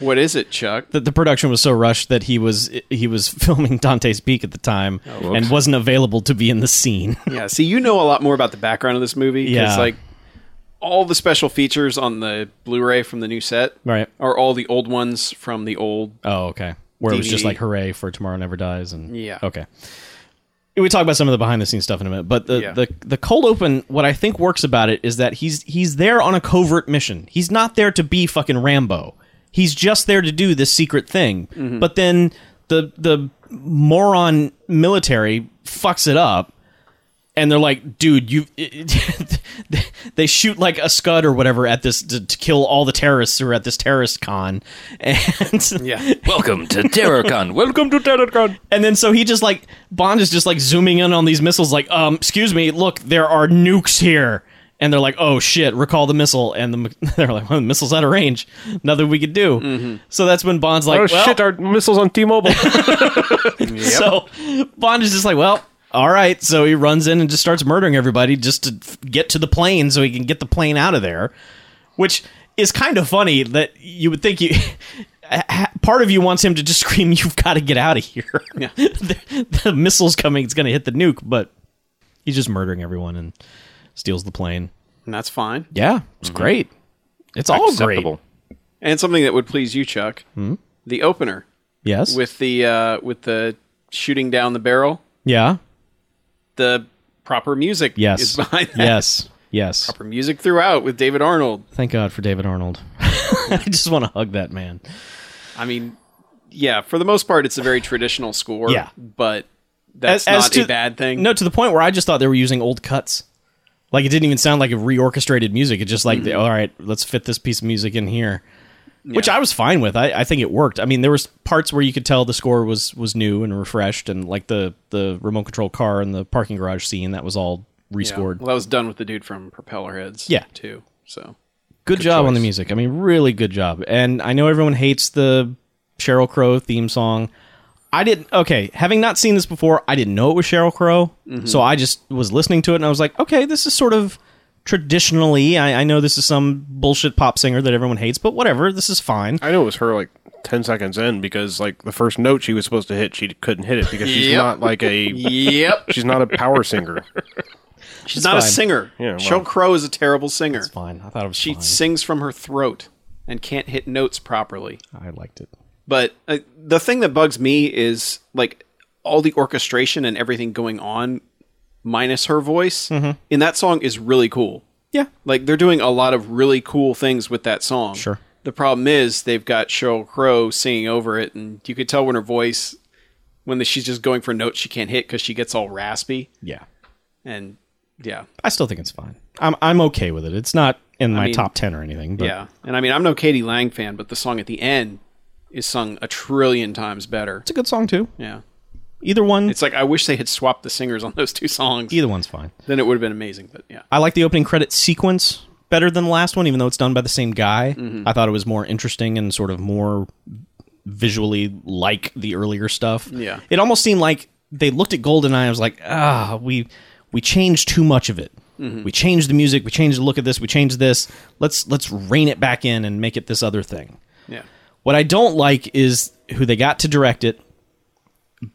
C: What is it, Chuck?
D: The, the production was so rushed that he was he was <laughs> filming Dante's Peak at the time and wasn't available to be in the scene.
C: Yeah, see, you know a lot more about the background of this movie because,
D: Yeah.
C: like, all the special features on the Blu-ray from the new set
D: Right.
C: are all the old ones from the old.
D: Oh, okay. Where it was just
C: DVD.
D: like hooray for tomorrow never dies and
C: Yeah.
D: Okay. We talk about some of the behind the scenes stuff in a minute, but the,
C: Yeah.
D: the the cold open, what I think works about it is that he's he's there on a covert mission. He's not there to be fucking Rambo. He's just there to do this secret thing.
C: Mm-hmm.
D: But then the the moron military fucks it up and they're like, dude, you. <laughs> they shoot like a scud or whatever at this to, to kill all the terrorists who are at this terrorist con, <laughs> and
C: Yeah,
A: Welcome to TerrorCon. <laughs> Welcome to TerrorCon.
D: and then so he just like Bond is just like zooming in on these missiles, like, um, excuse me, look, there are nukes here, and they're like, oh shit, recall the missile, and the, <laughs> they're like, well, the missile's out of range, nothing we could do. So that's when Bond's like,
B: Mm-hmm. oh
D: well,
B: shit! Our missiles on T-Mobile. <laughs>
D: <laughs> so Bond is just like, well, all right. So he runs in and just starts murdering everybody just to f- get to the plane so he can get the plane out of there, which is kind of funny that you would think you. <laughs> Part of you wants him to just <laughs> scream, "You've got to get out of here!"
C: Yeah.
D: the, <laughs> the missile's coming; it's going to hit the nuke. But he's just murdering everyone and steals the plane.
C: and that's fine.
D: Yeah, it's
C: Mm-hmm.
D: great. It's all
A: Acceptable.
D: great.
C: And something that would please you, Chuck,
D: Hmm?
C: the opener
D: Yes.
C: with the uh, with the shooting down the barrel.
D: yeah.
C: The proper music
D: Yes.
C: is behind that. <laughs>
D: Yes. Yes.
C: Proper music throughout with David Arnold.
D: Thank God for David Arnold. <laughs> I just want to hug that man.
C: I mean, yeah, for the most part, it's a very traditional score.
D: Yeah.
C: but that's not a bad thing.
D: No, to the point where I just thought they were using old cuts. Like it didn't even sound like a reorchestrated music. It just like,
C: Mm-hmm.
D: all right, let's fit this piece of music in here, which I was fine with. I, I think it worked. I mean, there was parts where you could tell the score was was new and refreshed, and like the the remote control car and the parking garage scene that was all
C: Yeah.
D: rescored.
C: Well, that was done with the dude from Propeller Heads.
D: Yeah.
C: too. So
D: good, job on the music. I mean, really good job. And I know everyone hates the Cheryl Crow theme song. I didn't. Okay, having not seen this before, I didn't know it was Cheryl Crow. So I just was listening to it and I was like, okay, this is sort of traditionally. I, I know this is some bullshit pop singer that everyone hates, but whatever. This is fine.
B: I know it was her like ten seconds in because like the first note she was supposed to hit, she couldn't hit it because she's
C: Yep.
B: not like
C: <laughs>
B: a
D: <laughs>
C: yep,
B: she's not a power
C: <laughs>
B: singer.
C: she's not a
D: fine.
C: singer.
B: Yeah, well.
C: Cheryl Crow is a terrible singer.
D: It's fine. I thought it was
C: She
D: fine.
C: sings from her throat and can't hit notes properly.
D: I liked it.
C: But uh, the thing that bugs me is like all the orchestration and everything going on, minus her voice in that song is really cool.
D: Yeah.
C: Like they're doing a lot of really cool things with that song.
D: Sure.
C: The problem is they've got Cheryl Crow singing over it, and you could tell when her voice, when the, she's just going for notes she can't hit because she gets all raspy.
D: Yeah.
C: And yeah,
D: I still think it's fine. I'm I'm okay with it. It's not in my
C: mean-
D: top ten or anything. But
C: yeah. And I mean, I'm no Katie Lang fan, but the song at the end is sung a trillion times better.
D: it's a good song too.
C: Yeah.
D: Either one.
C: It's like I wish they had swapped the singers on those two songs.
D: either one's fine.
C: Then it would have been amazing. But yeah,
D: I like the opening credit sequence better than the last one, even though it's done by the same guy.
C: Mm-hmm.
D: I thought it was more interesting and sort of more visually like the earlier stuff.
C: Yeah.
D: It almost seemed like they looked at Goldeneye and I was like, ah, we we changed too much of it.
C: Mm-hmm.
D: We changed the music, we changed the look of this, we changed this. Let's let's rein it back in and make it this other thing.
C: yeah,
D: What I don't like is who they got to direct it.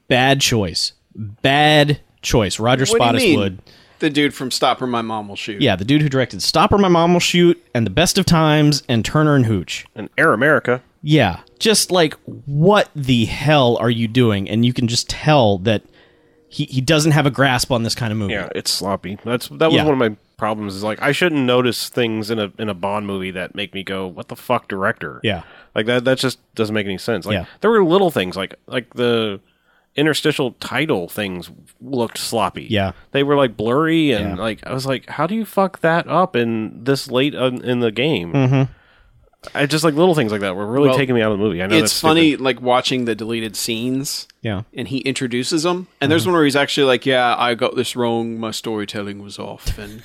D: Bad choice. Bad choice. Roger
C: What do you mean?
D: Spottiswoode.
C: the dude from Stop or My Mom Will Shoot.
D: Yeah, the dude who directed Stop or My Mom Will Shoot and The Best of Times and Turner and Hooch.
B: And Air America,
D: Yeah, just like what the hell are you doing? And you can just tell that he, he doesn't have a grasp on this kind of movie.
B: yeah, it's sloppy. That's that was
D: Yeah.
B: one of my problems. Is like I shouldn't notice things in a in a Bond movie that make me go, "What the fuck, director?"
D: Yeah.
B: like that. That just doesn't make any sense. Like
D: Yeah.
B: there were little things like like the interstitial title things looked sloppy.
D: Yeah.
B: they were like blurry and
D: Yeah.
B: like I was like, "How do you fuck that up in this late uh, in, in the game?" Mm-hmm. I just like little things like that were really
C: Well,
B: taking me out of the movie. I know
C: it's
B: that's stupid.
C: funny like watching the deleted scenes.
D: Yeah.
C: and he introduces them, and there's one where he's actually like, "Yeah, I got this wrong. My storytelling was off, and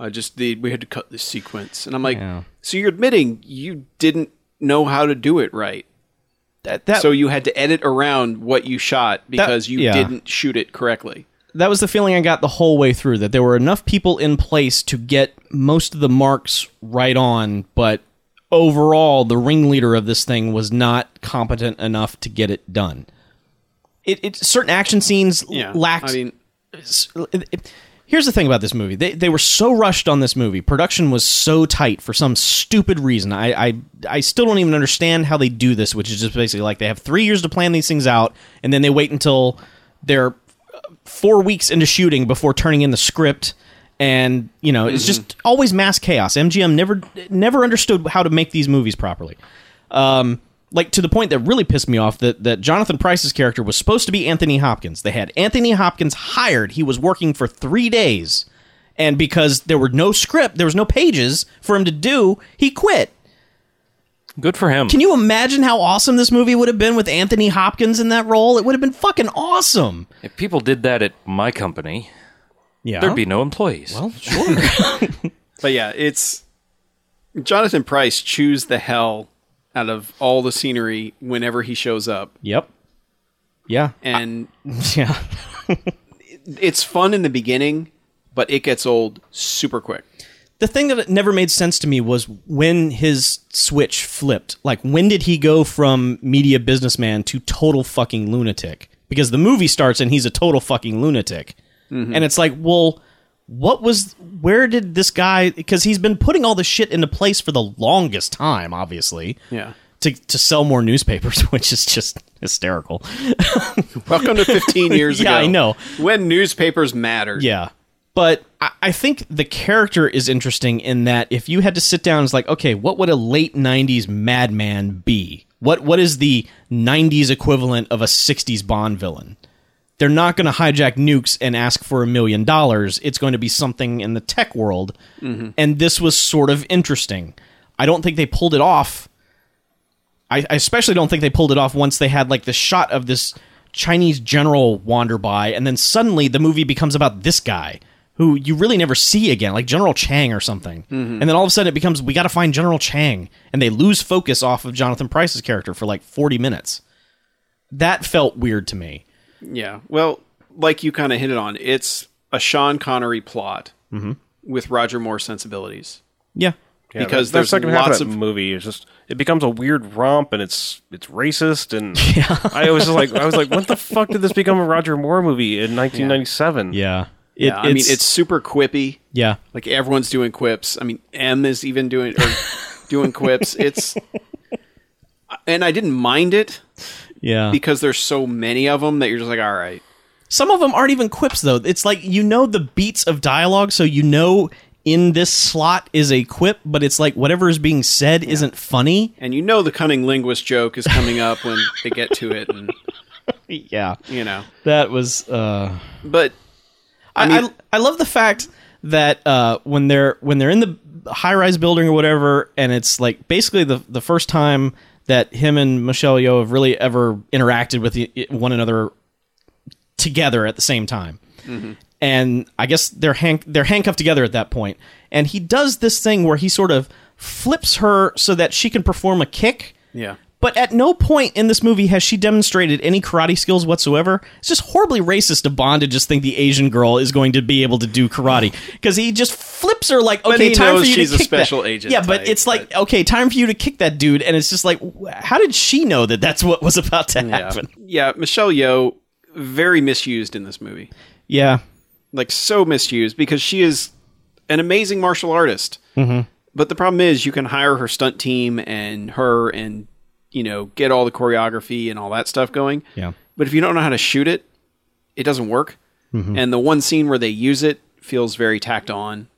C: I just the, we had to cut this sequence." And I'm like,
D: Yeah.
C: "So you're admitting you didn't know how to do it right?"
D: that, that
C: so you had to edit around what you shot because you
D: yeah.
C: didn't shoot it correctly.
D: that was the feeling I got the whole way through that there were enough people in place to get most of the marks right on, but overall the ringleader of this thing was not competent enough to get it done. It, it certain action scenes
C: Yeah,
D: lacked
C: I mean,
D: s- it- it- here's the thing about this movie they, they were so rushed on this movie production was so tight for some stupid reason I, I i still don't even understand how they do this which is just basically like they have three years to plan these things out and then they wait until they're uh, four weeks into shooting before turning in the script and you know it's just always mass chaos mgm never never understood how to make these movies properly like to the point that really pissed me off that that Jonathan Price's character was supposed to be Anthony Hopkins. They had Anthony Hopkins hired. He was working for 3 days. And because there were no script, there was no pages for him to do, he quit.
A: Good for him.
D: Can you imagine how awesome this movie would have been with Anthony Hopkins in that role? It would have been fucking awesome.
A: if people did that at my company,
D: Yeah.
A: there'd be no employees.
D: well, sure.
C: but yeah, it's Jonathan Price chews the hell out of all the scenery whenever he shows up,
D: <laughs> yep. Yeah.
C: and
D: Yeah.
C: it's fun in the beginning, but it gets old super quick.
D: the thing that never made sense to me was when his switch flipped. Like, when did he go from media businessman to total fucking lunatic? Because the movie starts and he's a total fucking lunatic. And it's like, well, what was, where did this guy, because he's been putting all this shit into place for the longest time, obviously.
C: Yeah.
D: To, to sell more newspapers, <laughs> which is just hysterical.
C: Welcome to
D: <laughs>
C: 15 years
D: Yeah,
C: ago.
D: I know.
C: When newspapers mattered.
D: Yeah. But I, I think the character is interesting in that if you had to sit down, it's like, okay, what would a late '90s madman be? What what is the '90s equivalent of a '60s Bond villain? They're not going to hijack nukes and ask for a million dollars. It's going to be something in the tech world, and this was sort of interesting. I don't think they pulled it off. I, I especially don't think they pulled it off once they had like the shot of this Chinese general wander by, and then suddenly the movie becomes about this guy who you really never see again, like General Chang or something. And then all of a sudden it becomes we got to find General Chang, and they lose focus off of Jonathan Price's character for like forty minutes. That felt weird to me.
C: Yeah. Well, like you kind of hit it on, it's a Sean Connery plot with Roger Moore sensibilities.
D: Mm-hmm. Yeah,
B: Yeah,
C: because
B: that- that
C: there's
B: second half
C: lots
B: of, that
C: of-
B: movie is just it becomes a weird romp and it's it's racist and <laughs> I was just like I was like when the fuck did this become a Roger Moore movie in 1997?
D: yeah.
C: yeah. I mean, it's super quippy.
D: yeah.
C: Like everyone's doing quips. I mean, M is even doing or doing quips. It's and I didn't mind it
D: Yeah.
C: because there's so many of them that you're just like, all right,
D: Some of them aren't even quips though. It's like you know the beats of dialogue, so you know in this slot is a quip, but it's like whatever is being said isn't funny.
C: and you know the cunning linguist joke is coming up when they get to it, and
D: Yeah,
C: you know,
D: that was. Uh...
C: but
D: I,
C: mean-
D: I, I love the fact that uh, when they're when they're in the high rise building or whatever, and it's like basically the the first time that him and Michelle Yeoh have really ever interacted with the, one another together at the same time. And I guess they're hank they're handcuffed together at that point. And he does this thing where he sort of flips her so that she can perform a kick.
C: yeah,
D: But at no point in this movie has she demonstrated any karate skills whatsoever. It's just horribly racist of Bond to just think the Asian girl is going to be able to
C: <laughs>
D: do karate because he just flips her like, okay,
C: he
D: time
C: knows
D: for you
C: she's
D: to
C: a
D: kick
C: special
D: that.
C: agent
D: Yeah, but
C: type,
D: it's like,
C: but-
D: okay, time for you to kick that dude, and it's just like, wh- how did she know that that's what was about to
C: yeah,
D: happen?
C: yeah. Michelle Yeoh very misused in this movie.
D: Yeah,
C: like so misused because she is an amazing martial artist. Mm-hmm. But the problem is, you can hire her stunt team and her and you know get all the choreography and all that stuff going.
D: Yeah.
C: But if you don't know how to shoot it, it doesn't work. And the one scene where they use it feels very tacked on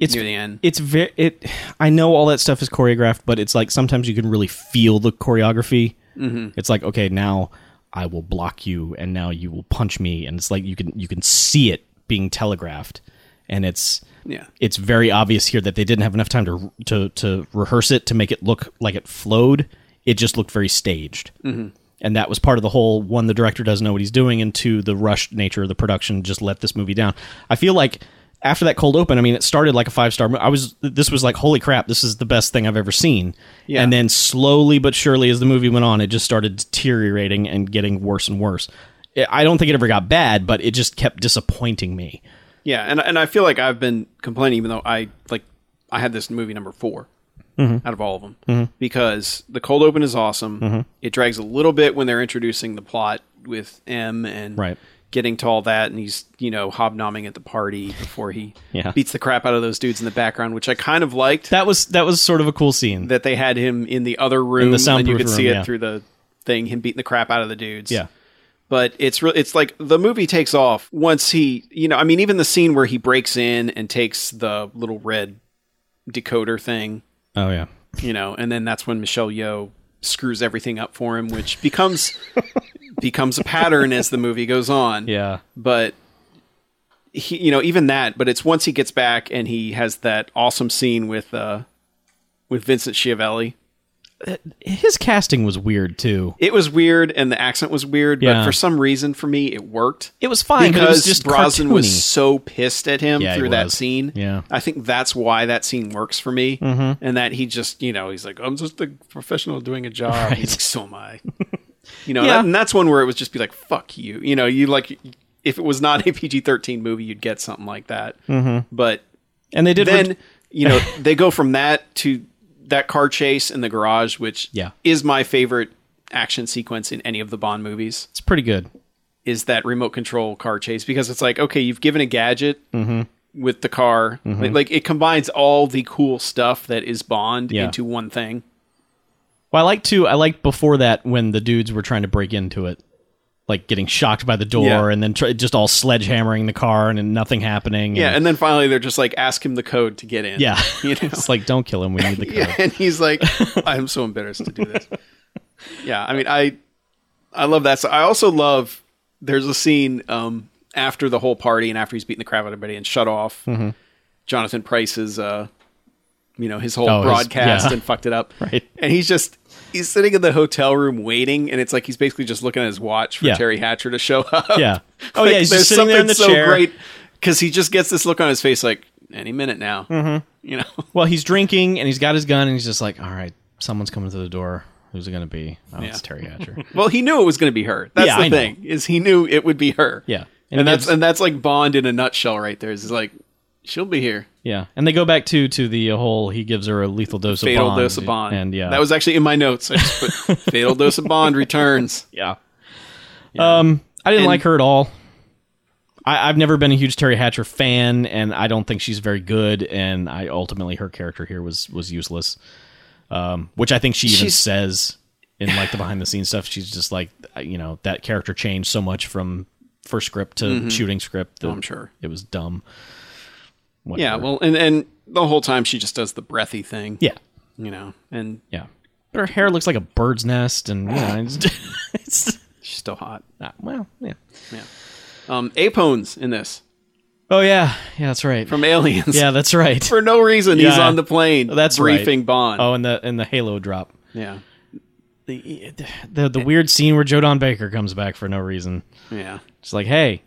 D: it's
C: near the end.
D: it's very it. I know all that stuff is choreographed, but it's like sometimes you can really feel the choreography. Mm-hmm. It's like okay, now I will block you, and now you will punch me, and it's like you can you can see it being telegraphed, and it's
C: yeah.
D: it's very obvious here that they didn't have enough time to to to rehearse it to make it look like it flowed. It just looked very staged, mm-hmm. and that was part of the whole one. The director doesn't know what he's doing, and two, the rushed nature of the production just let this movie down. I feel like after that cold open, I mean, it started like a five star. I was this was like holy crap, this is the best thing I've ever seen.
C: Yeah.
D: And then slowly but surely, as the movie went on, it just started deteriorating and getting worse and worse. I- I don't think it ever got bad, but it just kept disappointing me.
C: Yeah, and and I feel like I've been complaining, even though I like I had this movie number 4
D: Mm-hmm.
C: out of all of them because the cold open is awesome. It drags a little bit when they're introducing the plot with M and
D: Right.
C: getting to all that, and he's you know hobnobbing at the party before he
D: Yeah.
C: beats the crap out of those dudes in the background, which I kind of liked that,
D: That was that was sort of a cool scene.
C: they had him in the other room and you
D: soundproof
C: could see
D: room,
C: it
D: yeah.
C: through the thing, him beating the crap out of the dudes
D: yeah.
C: but it's really it's like the movie takes off once he you know i mean even the scene where he breaks in and takes the little red decoder thing
D: Oh yeah.
C: you know and then that's when michelle yo screws everything up for him which
D: <laughs>
C: becomes becomes a pattern as the movie goes on
D: Yeah.
C: but he, you know even that but it's once he gets back and he has that awesome scene with uh with vincent schiavelli
D: His casting was weird too.
C: it was weird and the accent was weird
D: Yeah.
C: but for some reason for me it worked
D: It was fine but it
C: because
D: was just
C: Brosnan
D: cartoony.
C: was so pissed at him
D: Yeah, he
C: through that
D: was.
C: scene.
D: Yeah. Mm-hmm.
C: I think that's why that scene works for me, and that he just you know he's like I'm just a professional doing a job. He's like, so am
D: <laughs>
C: I. You know,
D: Yeah.
C: and that's one where it was just be like fuck you. You know, you like if it was not a PG-13 movie, you'd get something like that.
D: Mm-hmm.
C: But
D: and they did
C: then
D: ret-
C: you know <laughs> they go from that to that car chase in the garage, which
D: Yeah.
C: is my favorite action sequence in any of the Bond movies
D: it's pretty good.
C: is that remote control car chase because it's like okay you've given a gadget
D: Mm-hmm.
C: with the car like, like, it combines all the cool stuff that is bond
D: Yeah.
C: into one thing
D: Well, I like to. I liked before that when the dudes were trying to break into it, like getting shocked by the door
C: Yeah.
D: and then tr- just all sledgehammering the car and, then nothing happening.
C: yeah
D: and-
C: and then finally they're just like ask him the code to get in
D: <laughs> yeah.
C: <laughs> you know
D: it's like don't kill him. We
C: <laughs>
D: need the car.
C: yeah, and he's
D: <laughs>
C: like i'm so embarrassed to do this yeah i mean i i love that so i also love there's a scene um after the whole party and after he's beating the crap out of everybody and shut off
D: Mm-hmm.
C: jonathan price's uh you know his whole
D: Oh, his-
C: broadcast
D: yeah.
C: and fucked it up
D: <laughs> Right.
C: and he's just he's sitting in the hotel room waiting and it's like he's basically just looking at his watch for
D: Yeah.
C: terry hatcher to show <laughs> up
D: Yeah. Oh
C: Like,
D: yeah, he's
C: there's
D: just sitting there in the
C: something
D: chair.
C: because he just gets this look on his face like any minute now
D: Mm-hmm.
C: you know
D: Well, he's drinking and he's got his gun and he's just like, all right, someone's coming to the door. Who's it going to be? Oh,
C: Yeah.
D: it's Terry
C: <laughs>
D: Hatcher.
C: Well, he knew it was going to be her. That's
D: Yeah,
C: the
D: I know.
C: thing is he knew it would be her.
D: Yeah.
C: and,
D: And
C: that's
D: it's-
C: and that's like Bond in a nutshell right there. Is like she'll be here.
D: yeah, and they go back to to the uh, whole he gives her a lethal dose
C: Fatal
D: of bond,
C: dose of Bond.
D: and yeah,
C: that was actually in my notes. I just
D: <laughs>
C: put fatal dose of Bond returns.
D: yeah. Um, I didn't
C: And-
D: like her at all. I, I've never been a huge Terry Hatcher fan, and I don't think she's very good. And I ultimately her character here was was useless, um, which I think she even
C: She's-
D: says in like the behind the scenes stuff. She's just like, I- you know, that character changed so much from first script to shooting script. that
C: Mm-hmm. I'm sure.
D: it was dumb.
C: Yeah.
D: Whatever.
C: Well, and and the whole time she just does the breathy thing.
D: yeah,
C: You know, and
D: yeah. But her hair looks like a bird's nest, and you know, it's, <laughs> it's
C: she's still hot.
D: not, Ah, well, yeah.
C: Um, Apones in this
D: Oh yeah, yeah, that's right.
C: from Aliens.
D: yeah, that's
C: <laughs>
D: right.
C: For no reason, he's
D: Yeah.
C: on the plane.
D: That's right.
C: briefing Bond.
D: Oh, and the and the Halo drop.
C: yeah,
D: The the, the weird scene where Jodan Baker comes back for no reason.
C: yeah.
D: It's like, hey,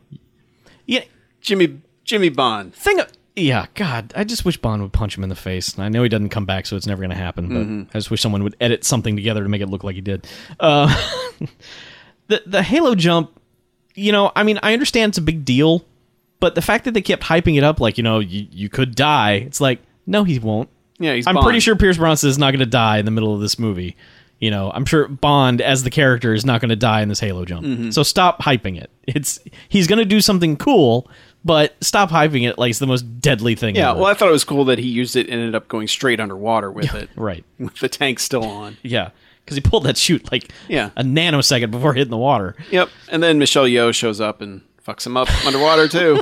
D: yeah,
C: Jimmy Jimmy Bond.
D: thing. Yeah, God, I just wish Bond would punch him in the face. And I know he doesn't come back, so it's never going to happen. But I just wish someone would edit something together to make it look like he did. Uh, <laughs> the the Halo jump, you know, I mean, I understand it's a big deal, but the fact that they kept hyping it up, like you know, you you could die. It's like, no, he won't.
C: Yeah, he's.
D: I'm
C: Bond.
D: pretty sure Pierce Bronson is not going to die in the middle of this movie. You know, I'm sure Bond as the character is not going to die in this Halo jump.
C: Mm-hmm.
D: So stop hyping it. It's he's going to do something cool, but stop hyping it like it's the most deadly thing.
C: Yeah,
D: ever.
C: well, I thought it was cool that he used it and ended up going straight underwater with it,
D: right.
C: <laughs> with the tank still on.
D: Yeah, because he pulled that chute like
C: Yeah.
D: a nanosecond before hitting the water.
C: Yep. And then Michelle Yeoh shows up and fucks him up underwater too,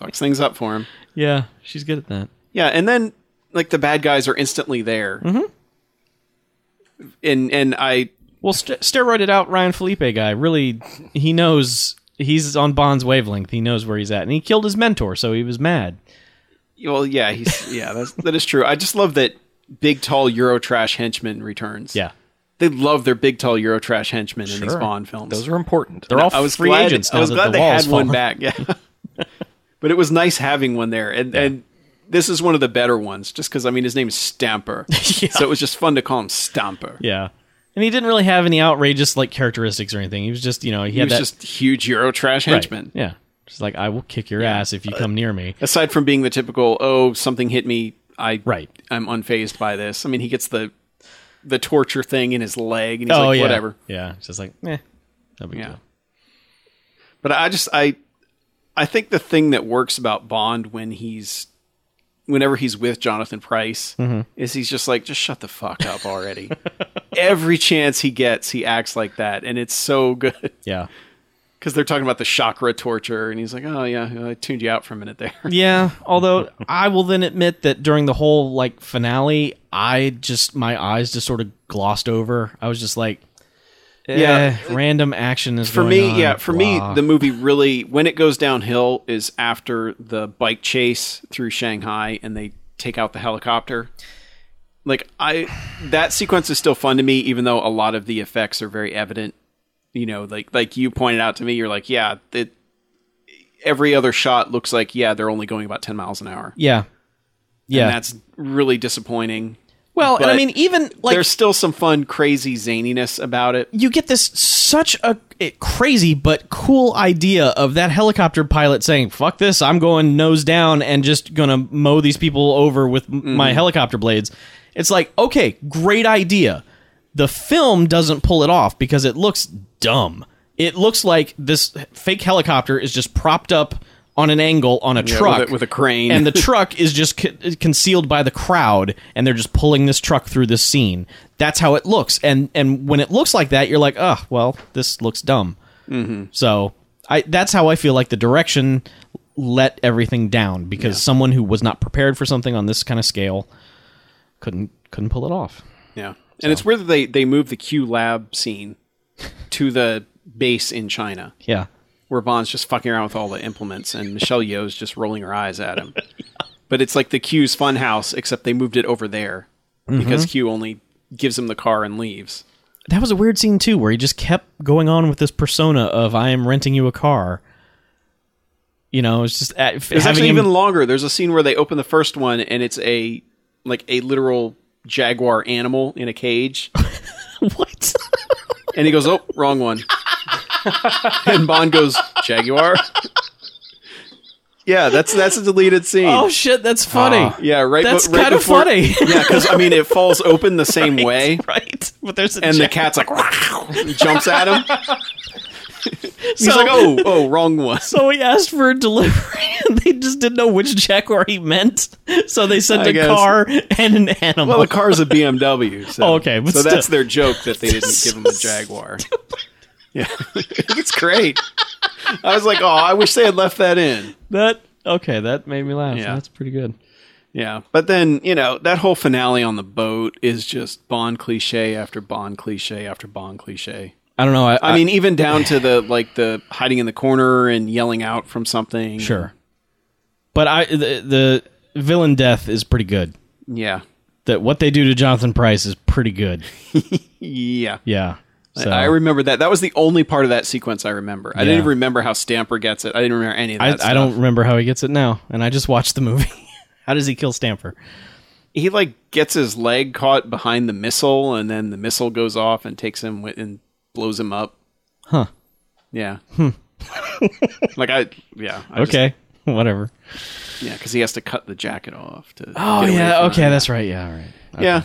C: fucks things up for him.
D: Yeah, she's good at that.
C: Yeah, and then like the bad guys are instantly there, mm-hmm. and and I
D: Well, st- steroided out Ryan Felipe guy really he knows he's on Bond's wavelength. He knows where he's at, and he killed his mentor, so he was mad.
C: well yeah he's yeah that's, that is true. I just love that big tall Eurotrash henchman returns.
D: Yeah,
C: they love their big tall Eurotrash henchmen in these
A: Sure.
C: Bond films.
A: Those are important.
D: they're all
C: I was
D: free
C: glad,
D: agents now
C: I was
D: that <laughs>
C: glad
D: the
C: they
D: wall's
C: had one
D: fallen.
C: back. Yeah. <laughs> But it was nice having one there, and and this is one of the better ones, just because I mean his name is
D: <laughs>
C: Stamper, so it was just fun to call him Stamper.
D: Yeah. And he didn't really have any outrageous like characteristics or anything. He was just, you know, he,
C: He
D: had
C: was
D: that
C: just huge Euro trash
D: Right.
C: henchman.
D: Yeah. Just like I will kick your ass
C: Uh,
D: if you come near me.
C: Aside from being the typical, oh something hit me, I
D: Right.
C: I'm unfazed by this. I mean he gets the the torture thing in his leg, and he's
D: oh
C: like
D: yeah.
C: whatever.
D: Yeah. It's Just like, eh. No big
C: Yeah.
D: deal.
C: But I just I I think the thing that works about Bond when he's whenever he's with Jonathan Price is he's just like just shut the fuck up already. <laughs> Every chance he gets, he acts like that and it's so good <laughs>
D: Yeah.
C: cuz they're talking about the chakra torture and he's like, "Oh yeah, I tuned you out for a minute there."
D: Yeah, although I will then admit that during the whole like finale, I just my eyes just sort of glossed over. I was just like, yeah,
C: Yeah.
D: random action is
C: for
D: going
C: me,
D: on,
C: yeah, for
D: blah.
C: me the movie really when it goes downhill is after the bike chase through Shanghai and they take out the helicopter. Like I that sequence is still fun to me even though a lot of the effects are very evident. You know, like like you pointed out to me you're like, yeah, it, every other shot looks like yeah, they're only going about 10 miles an hour.
D: yeah, yeah.
C: And that's really disappointing.
D: well, and I
C: but
D: mean, even like
C: There's still some fun crazy zaniness about it.
D: you get this such a it- crazy but cool idea of that helicopter pilot saying fuck this i'm going nose down and just gonna mow these people over with m
C: Mm-hmm.
D: my helicopter blades it's like okay great idea the film doesn't pull it off because it looks dumb it looks like this fake helicopter is just propped up on an angle on a truck
C: with a- with a crane. <laughs>
D: and the truck is just co- concealed by the crowd and they're just pulling this truck through this scene that's how it looks and and when it looks like that you're like oh well this looks dumb mm-hmm. so i that's how i feel like the direction let everything down because someone who was not prepared for something on this kind of scale couldn't couldn't pull it off
C: Yeah. And it's weird that they, they moved the Q lab scene to the base in China
D: yeah
C: where Bond's just fucking around with all the implements and Michelle Yeoh's just rolling her eyes at him. But it's like the Q's fun house, except they moved it over there because Q only gives him the car and leaves.
D: that was a weird scene too where he just kept going on with this persona of i am renting you a car you know it's just uh, it's
C: It's actually even longer. There's a scene where they open the first one and it's a like a literal jaguar animal in a cage.
D: what
C: And he goes, Oh, wrong
D: <laughs>
C: one. and Bond goes, Jaguar. yeah, that's that's a deleted scene.
D: Oh shit, that's funny.
C: yeah, right.
D: that's
C: but right
D: kind of
C: before-
D: funny.
C: yeah, because I mean, it falls open the same way,
D: <laughs> right? But there's a
C: and the
D: jack-
C: cat's like
D: <laughs>
C: jumps at him. He's
D: So-
C: like, oh, oh, wrong one.
D: so he asked for a delivery, <laughs> and they just didn't know which jaguar he meant. So they sent
C: I
D: a
C: guess.
D: car and an animal.
C: Well, the car's a BMW. So,
D: Oh, okay, but
C: so that's
D: still.
C: their joke that they didn't give
D: <laughs>
C: him a Jaguar. Yeah, <laughs> it's great. I was like, oh, I wish they had left that in.
D: <laughs> that okay, that made me laugh.
C: Yeah.
D: That's pretty good.
C: Yeah, but then you know that whole finale on the boat is just Bond cliche after Bond cliche after Bond cliche.
D: I don't know. I,
C: I mean, even down to the like the hiding in the corner and yelling out from something.
D: sure, but I the, the villain death is pretty good.
C: Yeah.
D: That what they do to Jonathan Price is pretty good.
C: Yeah.
D: Yeah. So
C: I remember that. That was the only part of that sequence I remember. I
D: Yeah.
C: didn't even remember how Stamper gets it. I didn't remember any of that.
D: I,
C: stuff.
D: I don't remember how he gets it now, and I just watched the movie. <laughs> how does he kill Stamper?
C: He like gets his leg caught behind the missile, and then the missile goes off and takes him wi- and blows him up.
D: Huh. Hmm.
C: Yeah. like I. Yeah. I just-
D: Okay. <laughs> Whatever.
C: yeah, because he has to cut the jacket off to.
D: Oh yeah, okay, that's right. Yeah, all right.
C: Yeah.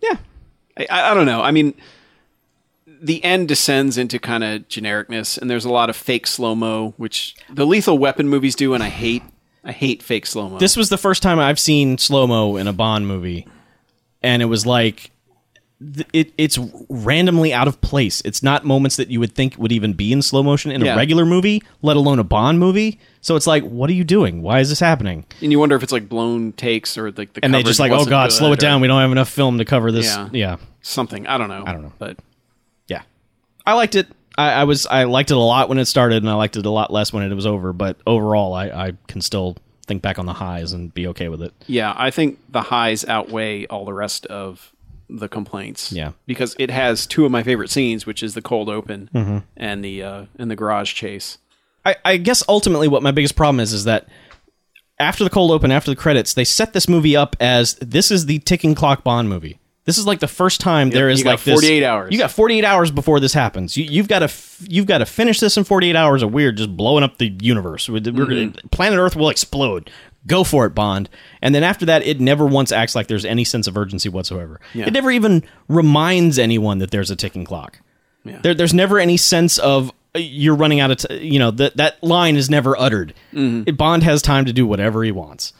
C: Yeah. I- I, I don't know. I mean, the end descends into kind of genericness, and there's a lot of fake slow mo, which the Lethal Weapon movies do, and I hate. I hate fake slow mo.
D: This was the first time I've seen slow mo in a Bond movie, and it was like th- it it's randomly out of place. It's not moments that you would think would even be in slow motion in a
C: Yeah.
D: regular movie, let alone a Bond movie. So it's like, what are you doing? Why is this happening?
C: and you wonder if it's like blown takes or like the
D: And they
C: coverage
D: just like, oh
C: wasn't
D: god,
C: good
D: slow it down.
C: or
D: We don't have enough film to cover this.
C: Yeah.
D: yeah.
C: something. I don't know. I
D: don't know.
C: But
D: Yeah. I liked it. I, I was I liked it a lot when it started, and I liked it a lot less when it was over. But overall, I, I can still think back on the highs and be okay with it.
C: yeah, I think the highs outweigh all the rest of the complaints.
D: Yeah.
C: because it has two of my favorite scenes, which is the cold open
D: Mm-hmm.
C: and the uh, and the garage chase.
D: I, I guess ultimately what my biggest problem is is that after the cold open, after the credits, they set this movie up as this is the ticking clock Bond movie. This is like the first time there is
C: you got
D: like this-
C: 48 hours.
D: You got 48 hours before this happens. You, you've got to f- you've got to finish this in 48 hours. Or we're just blowing up the universe. We're, we're gonna-
C: Mm-hmm.
D: planet Earth will explode. Go for it, Bond. And then after that, it never once acts like there's any sense of urgency whatsoever. It never even reminds anyone that there's a ticking clock. There, there's never any sense of uh, you're running out of t- you know that that line is never uttered.
C: Mm-hmm.
D: Bond has time to do whatever
C: <laughs>
D: he wants.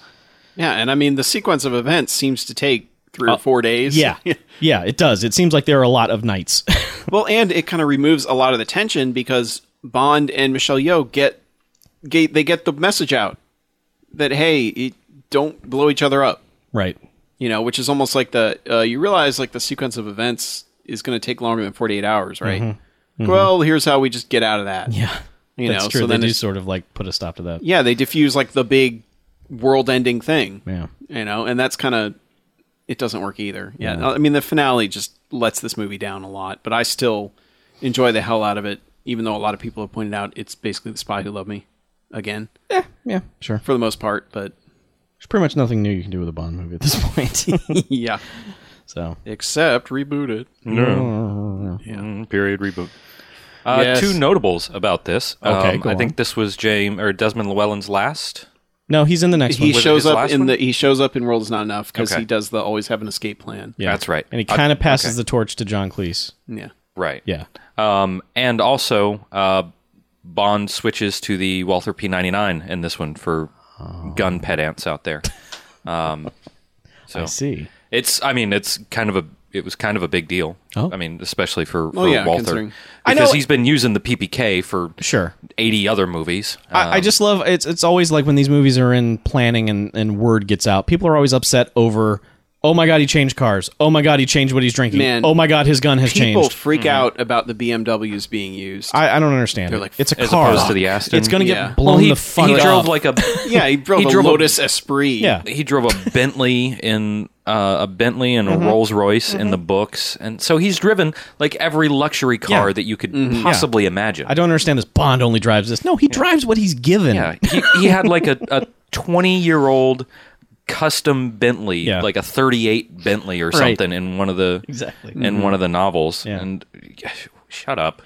C: Yeah, and I mean the sequence of events seems to take three or four days.
D: Oh,
C: <laughs>
D: Yeah, yeah, it does. It seems like there are a lot of nights. <laughs>
C: well, and it kind of removes a lot of the tension because Bond and Michelle Yeoh get, get they get the message out that hey, y- don't blow each other up.
D: right.
C: You know, which is almost like the uh, you realize like the sequence of events is going to take longer than forty eight hours, right? Well, here's how we just get out of that.
D: Mm-hmm. Yeah.
C: You
D: That's
C: know,
D: true.
C: so
D: they
C: then
D: do
C: it's-
D: sort of like put a stop to that.
C: yeah, they diffuse like the big world ending thing.
D: Yeah.
C: You know, and that's kind of it doesn't work either. Yeah. I mean, the finale just lets this movie down a lot, but I still enjoy the hell out of it, even though a lot of people have pointed out it's basically The Spy Who Loved Me again
D: Yeah, sure.
C: for the most part, but
D: There's pretty much nothing new you can do with a Bond movie
C: <laughs>
D: at this point.
C: yeah,
D: so,
C: except reboot it.
A: Mm, period reboot. Uh,
C: Yes.
A: Two notables about this.
D: Okay,
A: Um,
D: go
A: I
D: on.
A: think this was James or Desmond Llewellyn's last.
D: no, he's in the next
C: He
D: one.
A: it
C: shows
A: his
C: up
A: last
C: in
A: one?
C: the he shows up in World Is Not Enough because
A: Okay.
C: he does the always have an escape plan.
D: Yeah.
A: That's right.
D: And he
A: I-
C: Uh,
D: kind of passes
A: okay.
D: the torch to John Cleese.
C: Yeah.
A: Right.
D: Yeah.
A: Um, and also, uh, Bond switches to the Walther P99 in this one for
D: Oh.
A: gun pedants
D: <laughs>
A: out there. Um,
C: Oh.
D: I see.
A: It's, I mean, it's kind of a, it was kind of a big deal.
D: Oh.
A: I mean, especially for, for
C: yeah,
A: Walther.
C: considering-
D: I know-
A: Because he's been using the PPK for
D: Sure.
A: 80 other movies. Uh,
D: I, I just love it's it's always like when these movies are in planning and, and word gets out, people are always upset over oh my god he changed cars. Oh my god he changed what he's drinking.
C: Man.
D: oh my god his gun has
C: People
D: changed.
C: freak out about the BMWs being used.
D: I, I don't understand.
C: They're
D: it.
C: like,
D: it's a
A: as
D: car.
A: opposed to the Aston.
D: It's gonna get
C: Yeah.
D: blown
A: Well, he,
D: the fuck
A: he
D: up.
A: drove like a
C: yeah, he drove
A: He
C: a
A: drove a-
C: Lotus Esprit.
D: yeah.
A: he drove a Bentley in uh, a Bentley and a
D: Mm-hmm.
A: Rolls Royce in the books, and so he's driven like every luxury car
D: Yeah.
A: that you could
D: Mm-hmm.
A: possibly imagine.
D: I don't understand this. Bond only drives this. No, he drives what he's given.
A: yeah, he, he had like a, a twenty year old custom Bentley,
D: Yeah.
A: like a thirty eight Bentley or
D: Right.
A: something in one of the
D: Exactly.
A: in one of the novels,
D: Yeah.
A: and. Shut up.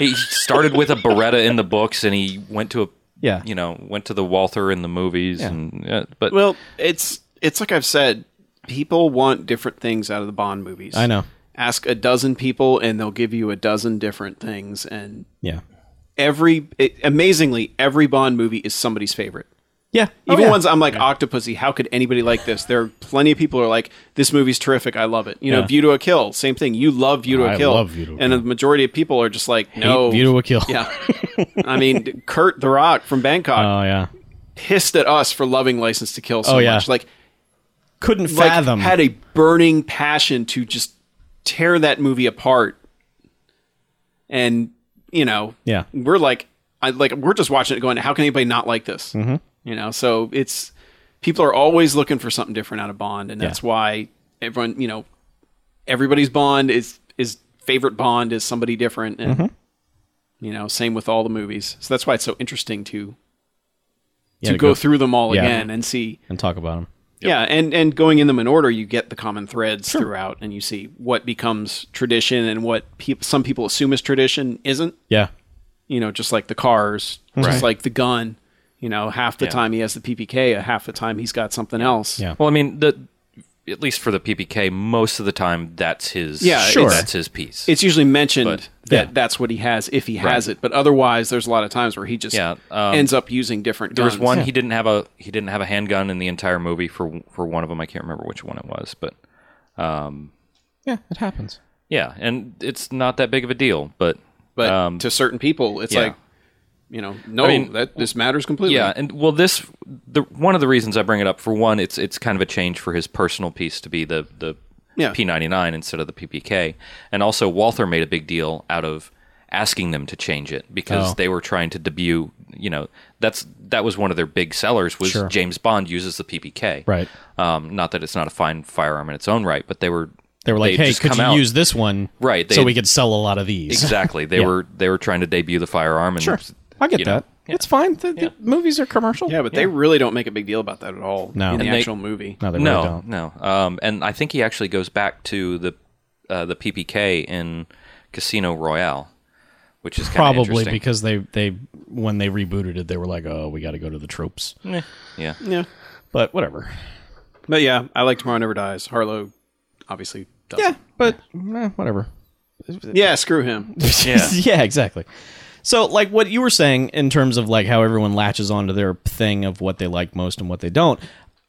A: he started with a Beretta in the books, and he went to a
D: Yeah.
A: you know, went to the Walther in the movies, and yeah, but
C: Well, it's it's like I've said, people want different things out of the Bond movies.
D: I know.
C: Ask a dozen people, and they'll give you a dozen different things. And
D: Yeah.
C: every it, amazingly, every Bond movie is somebody's favorite.
D: Oh, Yeah.
C: Even ones I'm like Octopussy. How could anybody like this? There are plenty of people who are like, "This movie's terrific. I love it." You
D: Yeah.
C: know, View to a Kill. Same thing. You love View to a
D: I
C: Kill.
D: love View to a
C: and the majority of people are just like, "No,
D: View to a Kill.
C: <laughs> Yeah, I mean, Kurt the Rock from Bangkok
D: Oh yeah.
C: pissed at us for loving License to Kill so
D: Oh, yeah.
C: much. Like
D: Couldn't
C: like,
D: fathom.
C: had a burning passion to just tear that movie apart. And you know,
D: Yeah.
C: we're like, I like we're just watching it going, how can anybody not like this? Mm-hmm. You know, so it's people are always looking for something different out of Bond, and that's why everyone, you know, everybody's Bond is is favorite Bond is somebody different, and
D: Mm-hmm.
C: you know, same with all the movies. So that's why it's so interesting to
D: Yeah,
C: to go, through them all
D: Yeah.
C: again and see
D: and talk about him.
C: yeah, and and going in them in order, you get the common threads throughout, and you see what becomes tradition and what peop some people assume is tradition isn't.
D: Yeah.
C: You know, just like the cars, just like the gun. You know, half the time he has the PPK, uh, half the time he's got something else.
D: Yeah.
A: Well, I mean, the at least for the PPK, most of the time that's his.
C: Yeah, Sure. it's-
A: that's his piece.
C: It's usually mentioned
A: But-
C: that
D: Yeah.
C: that's what he has if he has it, but otherwise, there's a lot of times where he just
A: Yeah, um,
C: ends up using different.
A: there was
C: guns.
A: one he didn't have a he didn't have a handgun in the entire movie for for one of them. I can't remember which one it was, but
D: Yeah. It happens.
A: yeah, and it's not that big of a deal. But
C: but
A: um,
C: to certain people, it's
A: yeah.
C: like, you know, no,
A: mean,
C: that this matters completely.
A: yeah, and well, this the one of the reasons I bring it up for one, it's it's kind of a change for his personal piece to be the the
C: Yeah.
A: P99 instead of the PPK, and also Walther made a big deal out of asking them to change it because
D: Oh.
A: they were trying to debut. You know, that's that was one of their big sellers was
D: Sure.
A: James Bond uses the PPK,
D: Right.
A: Um, not that it's not a fine firearm in its own right, but they were
D: They were like,
A: they'd
D: hey,
A: just
D: could
A: come
D: you
A: out-
D: use this one?
A: Right,
D: So
A: they-
D: we could sell a lot of these. <laughs>
A: exactly they were they were trying to debut the firearm and
D: Sure. I get
A: you know,
D: that. It's fine. The, the movies are commercial.
C: Yeah, but they really don't make a big deal about that at all
D: No.
C: in the
D: And
A: they-
C: actual movie.
D: no, they really
A: no,
D: don't.
A: no. Um, and I think he actually goes back to the uh, the PPK in Casino Royale, which is kinda
D: Probably
A: interesting.
D: because they they when they rebooted it, they were like, oh, we got to go to the tropes.
A: yeah.
C: Yeah.
D: But whatever.
C: But yeah, I like Tomorrow Never Dies. Harlow obviously does.
D: Yeah, but eh, whatever.
C: Yeah, screw him.
D: <laughs> yeah. exactly. So, like what you were saying in terms of like how everyone latches onto their thing of what they like most and what they don't,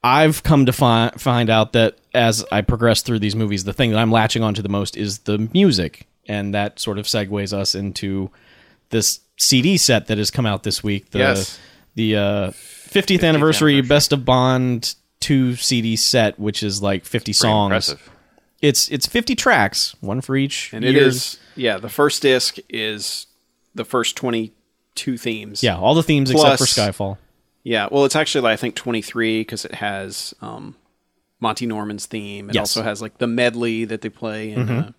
D: I've come to fi- find out that as I progress through these movies, the thing that I'm latching onto the most is the music, and that sort of segues us into this CD set that has come out this week. The,
C: Yes.
D: the uh, 50th, anniversary Best of Bond two CD set, which is like 50
A: Pretty
D: songs.
A: Impressive.
D: It's it's 50 tracks, one for each.
C: And it
D: year's-
C: is yeah, the first disc is the first twenty two themes.
D: Yeah, all the themes
C: Plus-
D: except for Skyfall.
C: Yeah. Well it's actually like, I think twenty three because it has um Monty Norman's theme. It
D: Yes. Mm-hmm.
C: also has like the medley that they play in uh,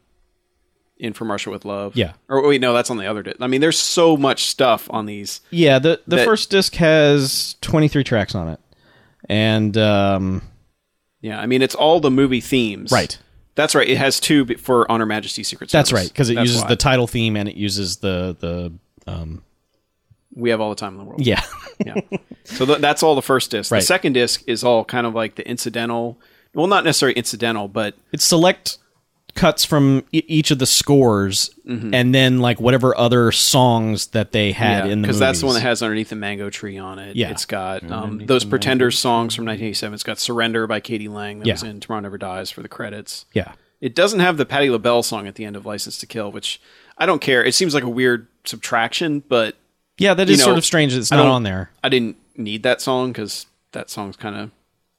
C: in From Russia with Love.
D: Yeah.
C: Or wait, no, that's on the other disc. I mean, there's so much stuff on these.
D: Yeah, the the
C: That-
D: first disc has 23 tracks on it. And um
C: Yeah, I mean, it's all the movie themes.
D: Right.
C: That's right. It has two b- for On Her Majesty's Secret Service.
D: that's right because it
C: That's
D: uses
C: why.
D: the title theme and it uses the the um
C: We have all the time in the world.
D: yeah. <laughs>
C: yeah. So th- that's all the first disc.
D: Right.
C: The second disc is all kind of like the incidental, well, not necessarily incidental, but
D: it's select cuts from e- each of the scores
C: Mm-hmm.
D: and then like whatever other songs that they had in the
C: because that's the one that
D: movies.
C: has underneath the mango tree on it.
D: Yeah.
C: It's got um, those Pretenders songs from 1987. It's got Surrender by Katie Lang that
D: Yeah.
C: was in Tomorrow Never Dies for the credits.
D: Yeah.
C: It doesn't have the Patti LaBelle song at the end of License to Kill, which I don't care. It seems like a weird subtraction, but
D: Yeah, that
C: you
D: is sort
C: know,
D: of strange that it's
C: I
D: not
C: don't-
D: on there.
C: I didn't need that song because that song's kind of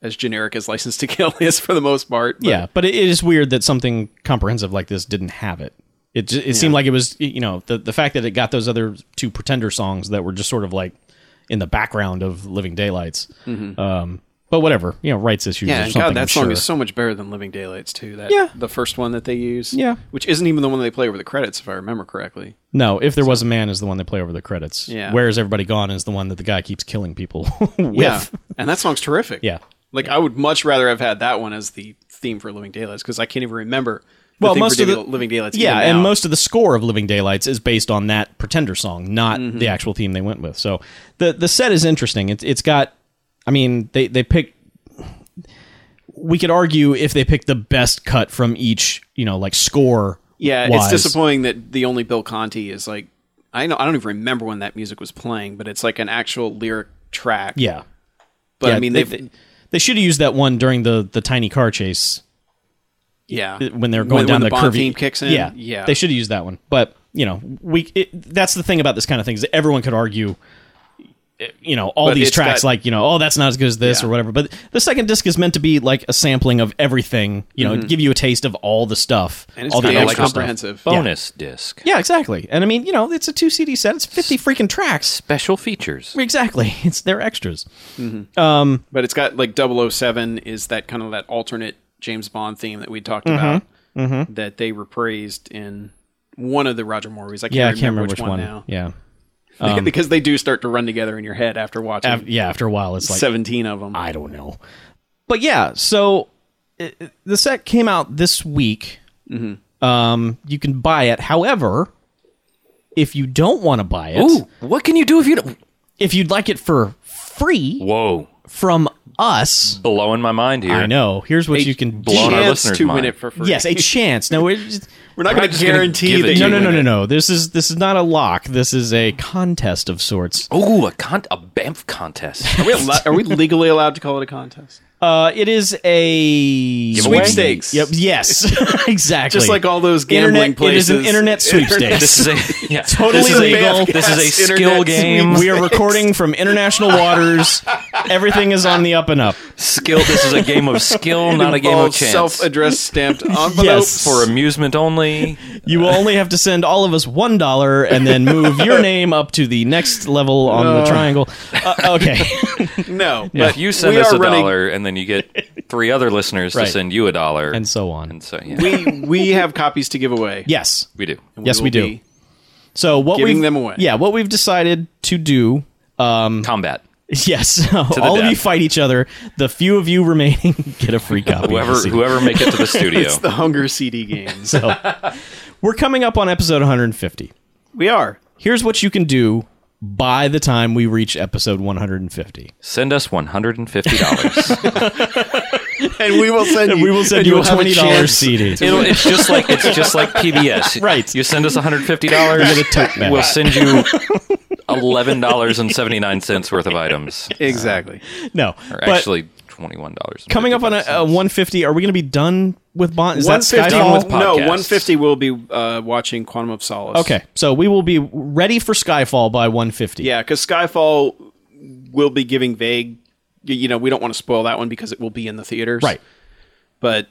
C: as generic as License to Kill <laughs> is for the most part. but-
D: yeah, but it is weird that something comprehensive like this didn't have it. It ju- it seemed like it was you know the the fact that it got those other two pretender songs that were just sort of like in the background of Living Daylights. Um, but whatever, you know, rights issues.
C: Mm-hmm. Yeah,
D: or
C: and
D: something,
C: God, that
D: I'm
C: song
D: sure.
C: is so much better than Living Daylights too. That
D: Yeah.
C: the first one that they use.
D: Yeah.
C: Which isn't even the one they play over the credits, if I remember correctly.
D: no. If there was a man is the one they play over the credits.
C: Yeah.
D: Where is everybody gone is the one that the guy keeps killing people <laughs> with.
C: Yeah. and that song's terrific.
D: Yeah.
C: Like I would much rather have had that one as the theme for Living Daylights because I can't even remember. The
D: Well,
C: theme for
D: most of
C: Living-
D: the-
C: Living Daylights.
D: Yeah,
C: even
D: and
C: now.
D: most of the score of Living Daylights is based on that Pretender song, not
C: Mm-hmm.
D: the actual theme they went with. So the the set is interesting. It's it's got, I mean, they they pick. We could argue if they picked the best cut from each, you know, like score.
C: Yeah,
D: wise.
C: it's disappointing that the only Bill Conti is like I know I don't even remember when that music was playing, but it's like an actual lyric track.
D: Yeah,
C: but
D: Yeah,
C: I mean
D: they,
C: they've
D: they, they should have used that one during the the tiny car chase
C: yeah
D: when they're going down
C: when the,
D: the
C: Bond
D: curvy
C: theme kicks in.
D: Yeah,
C: yeah,
D: They should have used that one, but you know, we it, that's the thing about this kind of thing is that everyone could argue, eh, you know, all
C: But
D: these
C: it's
D: tracks
C: got-
D: like you know, oh, that's not as good as this
C: Yeah.
D: or whatever. But the second disc is meant to be like a sampling of everything, you know, give you a taste of all the stuff,
C: Mm-hmm. and it's
D: all the
C: damn
D: extra stuff.
C: comprehensive.
A: Bonus disc.
D: Yeah, exactly. And I mean, you know, it's a two CD set. It's fifty freaking tracks.
A: Special features.
D: Exactly. <laughs> It's their extras.
C: but it's got like 007 is that kind of that alternate James Bond theme that we talked about that they reprised in one of the Roger Movies. I can't,
D: Yeah, I
C: remember,
D: can't remember
C: which, one, now
D: Yeah.
C: <laughs> because they do start to run together in your head after watching
D: Af- yeah. After a while, it's like
C: 17 of them.
D: I don't know. But yeah, so it, it- the set came out this week.
C: Mm-hmm.
D: Um, you can buy it. However, if you don't want to buy it,
A: Ooh, what can you do if you don't?
D: if you'd like it for free
A: Whoa,
D: from us,
A: blowing my mind here.
D: I know. Here's what you can do.
A: blown our
C: Chance
A: listeners'
C: to win
A: mind.
C: it for free.
D: <laughs> Yes, a chance. No, we're just,
C: <laughs> we're not going to
A: just gonna
C: guarantee
A: give it
C: that.
A: to
D: no,
C: you
D: no, no,
C: win it.
D: no, no. This is this is not a lock. This is a contest of sorts.
A: Ooh, a con- a Banff
D: <laughs>
A: contest.
C: Are we, allo- are we legally allowed to call it a contest?
D: Uh, it is a
A: Giveaway?
C: Sweepstakes.
D: Yep. Yes. <laughs> exactly.
C: Just like all those gambling
D: internet,
C: places.
D: It is an
C: <laughs>
D: internet sweepstakes.
A: <laughs> this is a
D: <laughs>
A: yeah,
D: Totally
A: this is
D: legal.
A: A, <laughs> this is a
C: Yes,
A: skill
C: internet
A: game.
D: We are recording from international waters. Everything is on the up and up.
A: skill. This is a game of skill, not a game of
C: Involves
A: chance.
C: Self-addressed stamped envelopes.
A: for amusement only.
D: You will only have to send all of us one dollar and then move
A: <laughs>
D: your name up to the next level on the triangle. Uh, okay. <laughs>
C: no,
A: If you send
C: we
A: us
C: are
A: a
C: running-
A: dollar, and then you get three other listeners
D: Right.
A: to send you a dollar,
D: And so on.
A: so yeah,
C: <laughs>
A: we,
C: we we have copies to give away.
D: Yes.
A: do.
D: <laughs> Yes, we
C: will
D: do.
C: be
D: So what
C: Giving
D: we've-
C: them away.
D: Yeah, what we've decided to do <laughs>
A: Combat.
D: Yes, <laughs>
A: the
D: all of
A: death.
D: you fight each other. The few of you remaining <laughs> get a free copy. of the
A: Whoever
D: CD.
A: whoever make it
D: <laughs>
A: to the studio.
C: It's the Hunger CD games.
D: We're coming up on episode 150.
C: we are.
D: Here's what you can do by the time we reach episode 150.
A: Send
D: <laughs>
A: us one hundred and fifty dollars.
C: And we will send
D: <laughs> And
C: you
D: we will send
C: and
D: you a
C: you'll have
D: twenty dollars
C: chance.
D: CD.
A: It'll, it's just like it's just like PBS.
D: <laughs> Right.
A: You send us one hundred fifty dollars.
D: get a tote bag.
A: We'll send you eleven dollars and seventy nine cents worth of items.
C: <laughs> Exactly.
D: No,
A: Or
D: but
A: actually twenty one dollars.
D: coming up on a, a 150, are we going to be done with Bond? Is that
C: 150
D: Skyfall?
A: with
C: No,
A: podcasts.
C: 150 will be uh, watching Quantum of Solace.
D: okay, so we will be ready for Skyfall by 150.
C: Yeah, because Skyfall will be giving vague. y- You know, we don't want to spoil that one because it will be in the theaters,
D: right.
C: But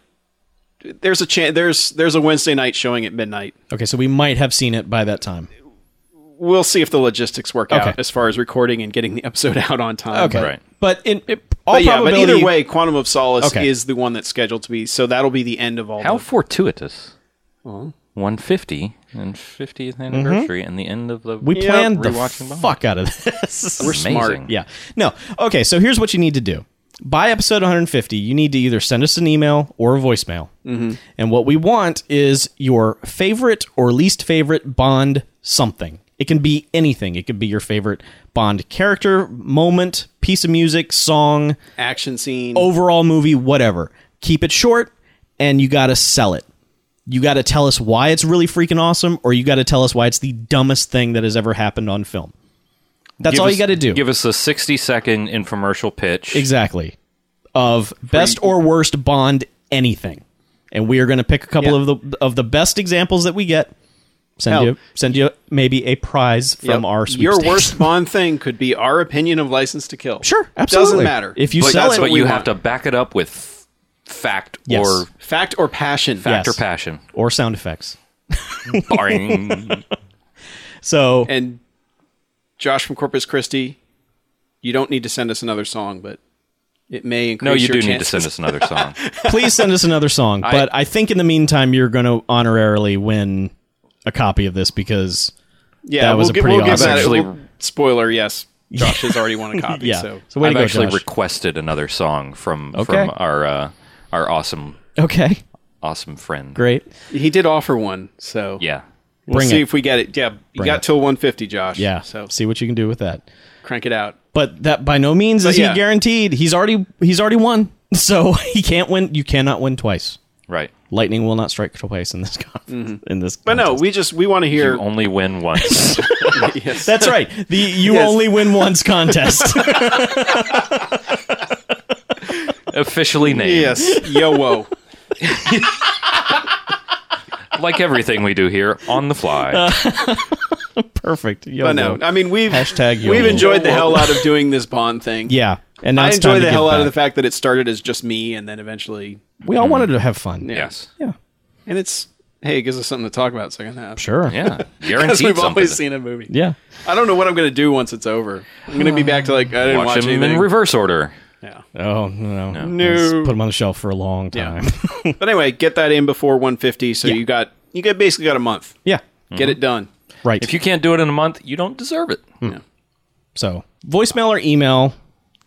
C: there's a chance. There's there's a Wednesday night showing at midnight.
D: Okay, so we might have seen it by that time.
C: We'll see if the logistics work
D: Okay.
C: out as far as recording and getting the episode <laughs> out on time.
D: Okay,
A: Right.
D: But in it, all
C: But yeah, but
D: probability,
C: either way, Quantum of Solace
D: Okay.
C: is the one that's scheduled to be. So that'll be the end of all.
A: How
C: the,
A: fortuitous. One fifty and fiftieth anniversary and the end of the
D: Mm-hmm. we planned the
A: rewatching Bond.
D: fuck out of this.
C: we're smart.
A: Amazing.
D: Yeah. No. Okay, so here's what you need to do. By episode 150, you need to either send us an email or a voicemail. Mm-hmm. And what we want is your favorite or least favorite Bond something. It can be anything. It could be your favorite Bond character, moment, piece of music, song,
C: Action scene.
D: overall movie, whatever. Keep it short, and you got to sell it. You got to tell us why it's really freaking awesome, or you got to tell us why it's the dumbest thing that has ever happened on film. That's
A: Give
D: all
A: us-
D: you got to do.
A: Give us a sixty second infomercial pitch.
D: Exactly. Of best or worst Bond anything. And we are going to pick a couple
C: Yeah.
D: of the of the best examples that we get. Send
C: Hell.
D: you send you maybe a prize from
C: Yep.
D: our
C: your
D: sweepstakes.
C: worst Bond thing could be our opinion of License to Kill.
D: Sure, absolutely.
C: Doesn't matter
D: If you
A: But,
D: sell
A: that's
D: it,
A: what
C: we
A: you
C: want.
A: have to back it up with fact
D: <laughs> Yes.
A: or
C: fact or passion.
A: fact
D: Yes.
A: or passion.
D: or sound effects. <laughs>
A: Boing.
C: <laughs>
D: So
C: And Josh from Corpus Christi, you don't need to send us another song, but it may increase
A: no, you do
C: your
A: need to
C: chances.
A: send us another song.
D: please send us another song. but I think in the meantime you're going to honorarily win a copy of this because
C: Yeah,
D: That was
C: we'll
D: a
C: gi-
D: pretty
C: we'll give
D: awesome-
C: that
A: Actually-
C: we'll- spoiler. Yes, Josh has already
D: <laughs>
C: won a copy.
D: yeah.
C: So
D: way
A: I've
D: to go,
A: actually
D: Josh.
A: requested another song from
D: Okay.
A: from our uh, our awesome
D: okay.
A: awesome friend.
D: Great.
C: he did offer one. So
A: Yeah.
C: we'll
D: Bring
C: see
D: it.
C: if we get it. Yeah, you
D: Bring
C: got
D: it.
C: till 150, Josh.
D: Yeah.
C: so
D: see what you can do with that.
C: crank it out.
D: But that by no means is
C: yeah.
D: he guaranteed. He's already he's already won. <laughs> So he can't win. You cannot win twice.
A: Right.
D: Lightning will not strike twice in this <laughs> conference. In this,
C: Mm-hmm. But no, we just we want to hear.
A: You only
D: <laughs>
A: win once.
C: yes.
D: that's right. The
C: <laughs>
D: you
C: Yes.
D: only win
C: <laughs>
D: once contest.
A: Officially named.
D: <laughs>
C: Yes, yo whoa.
A: Like everything we do here on the fly.
D: Uh. Perfect. Yo,
C: But no,
D: yo.
C: I mean we've
D: Hashtag yo
C: we've
D: whoa.
C: enjoyed the hell out of doing this Bond thing.
D: yeah, and now
C: I
D: it's time
C: enjoy
D: to
C: the
D: give
C: hell out of the
D: back.
C: fact that it started as just me and then eventually
D: We all wanted to have fun.
C: Yeah.
A: yes.
D: Yeah.
C: And it's hey, it gives us something to talk about second half.
D: Sure.
A: Yeah.
C: <laughs> Because
A: Guaranteed
C: we've
A: something.
C: always seen a movie.
D: Yeah.
C: I don't know what I'm going to do once it's over. I'm going to be back to like I didn't watch,
A: Watch them
C: anything.
A: in reverse order.
C: yeah.
D: Oh no. No.
C: No.
D: Put them on the shelf for a long time. <laughs>
C: But anyway, get that in before 150. So you got you got basically got a month.
D: Yeah.
C: Get it done.
D: Right.
A: If you can't do it in a month, you don't deserve it.
D: So voicemail or email.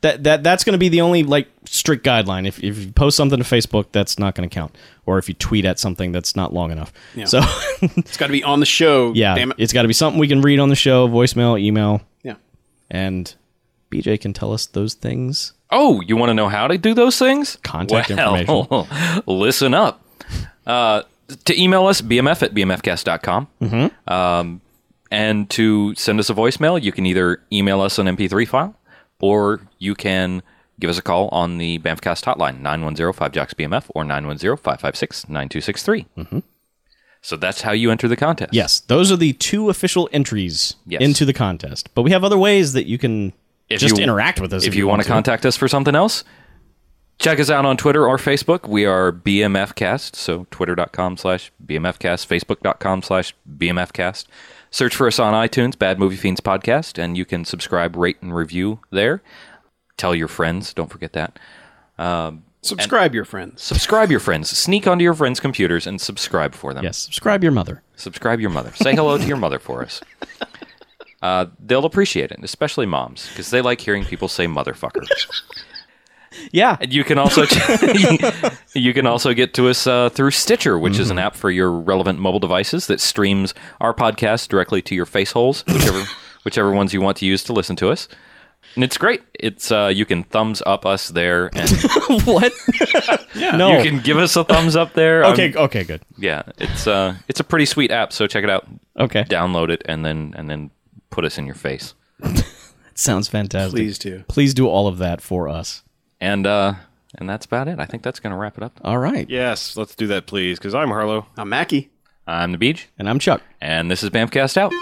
D: That, that that's going to be the only like strict guideline. If, if you post something to Facebook, that's not going to count. Or if you tweet at something that's not long enough. So <laughs>
C: It's got to be on the show.
D: yeah,
C: damn it.
D: it's got to be something we can read on the show, voicemail, email,
C: yeah.
D: and BJ can tell us those things.
A: Oh, you want to know how to do those things?
D: Contact
A: information. <laughs> Listen up. Uh, to email us, bmf at bmfcast.com. Mm-hmm. Um, and to send us a voicemail, you can either email us an MP3 file or you can give us a call on the Bamfcast hotline, 910 5JOCKS BMF or 910 556 9263. So that's how you enter the contest.
D: Yes, those are the two official entries
A: Yes.
D: into the contest. But we have other ways that you can
A: If
D: just
A: you-
D: interact with us
A: if, you, want to contact us for something else, check us out on Twitter or Facebook. We are BMFcast, so twitter.com slash BMFcast, facebook.com slash BMFcast. Search for us on iTunes, Bad Movie Fiends Podcast, and you can subscribe, rate, and review there. Tell your friends, don't forget that.
C: Subscribe your friends.
A: Subscribe your friends. Sneak onto your friends' computers and subscribe for them.
D: Yes, subscribe your mother.
A: <laughs> Subscribe your mother. Say hello to your mother for us. uh, they'll appreciate it, especially moms, because they like hearing people say <laughs> motherfucker.
D: Yeah. <laughs>
A: And you can also <laughs> you can also get to us uh, through Stitcher, which is an app for your relevant mobile devices that streams our podcast directly to your face holes, whichever whichever ones you want to use to listen to us. And it's great. It's uh, you can thumbs up us there, and <laughs>
D: what? No.
A: you can um, give us a thumbs up there.
D: Oh. okay.
A: I'm-
D: Okay. Good.
A: yeah, it's uh, it's a pretty sweet app. So check it out,
D: Okay.
A: download it, and then and then put us in your face.
D: Sounds fantastic.
C: Please do.
D: Please do all of that for us.
A: And uh, and that's about it. I think that's going to wrap it up.
D: All right.
B: Yes, let's do that, please, because I'm Harlow.
C: I'm Mackie.
A: I'm the Beach,
D: And I'm Chuck.
A: and this is Bamcast out.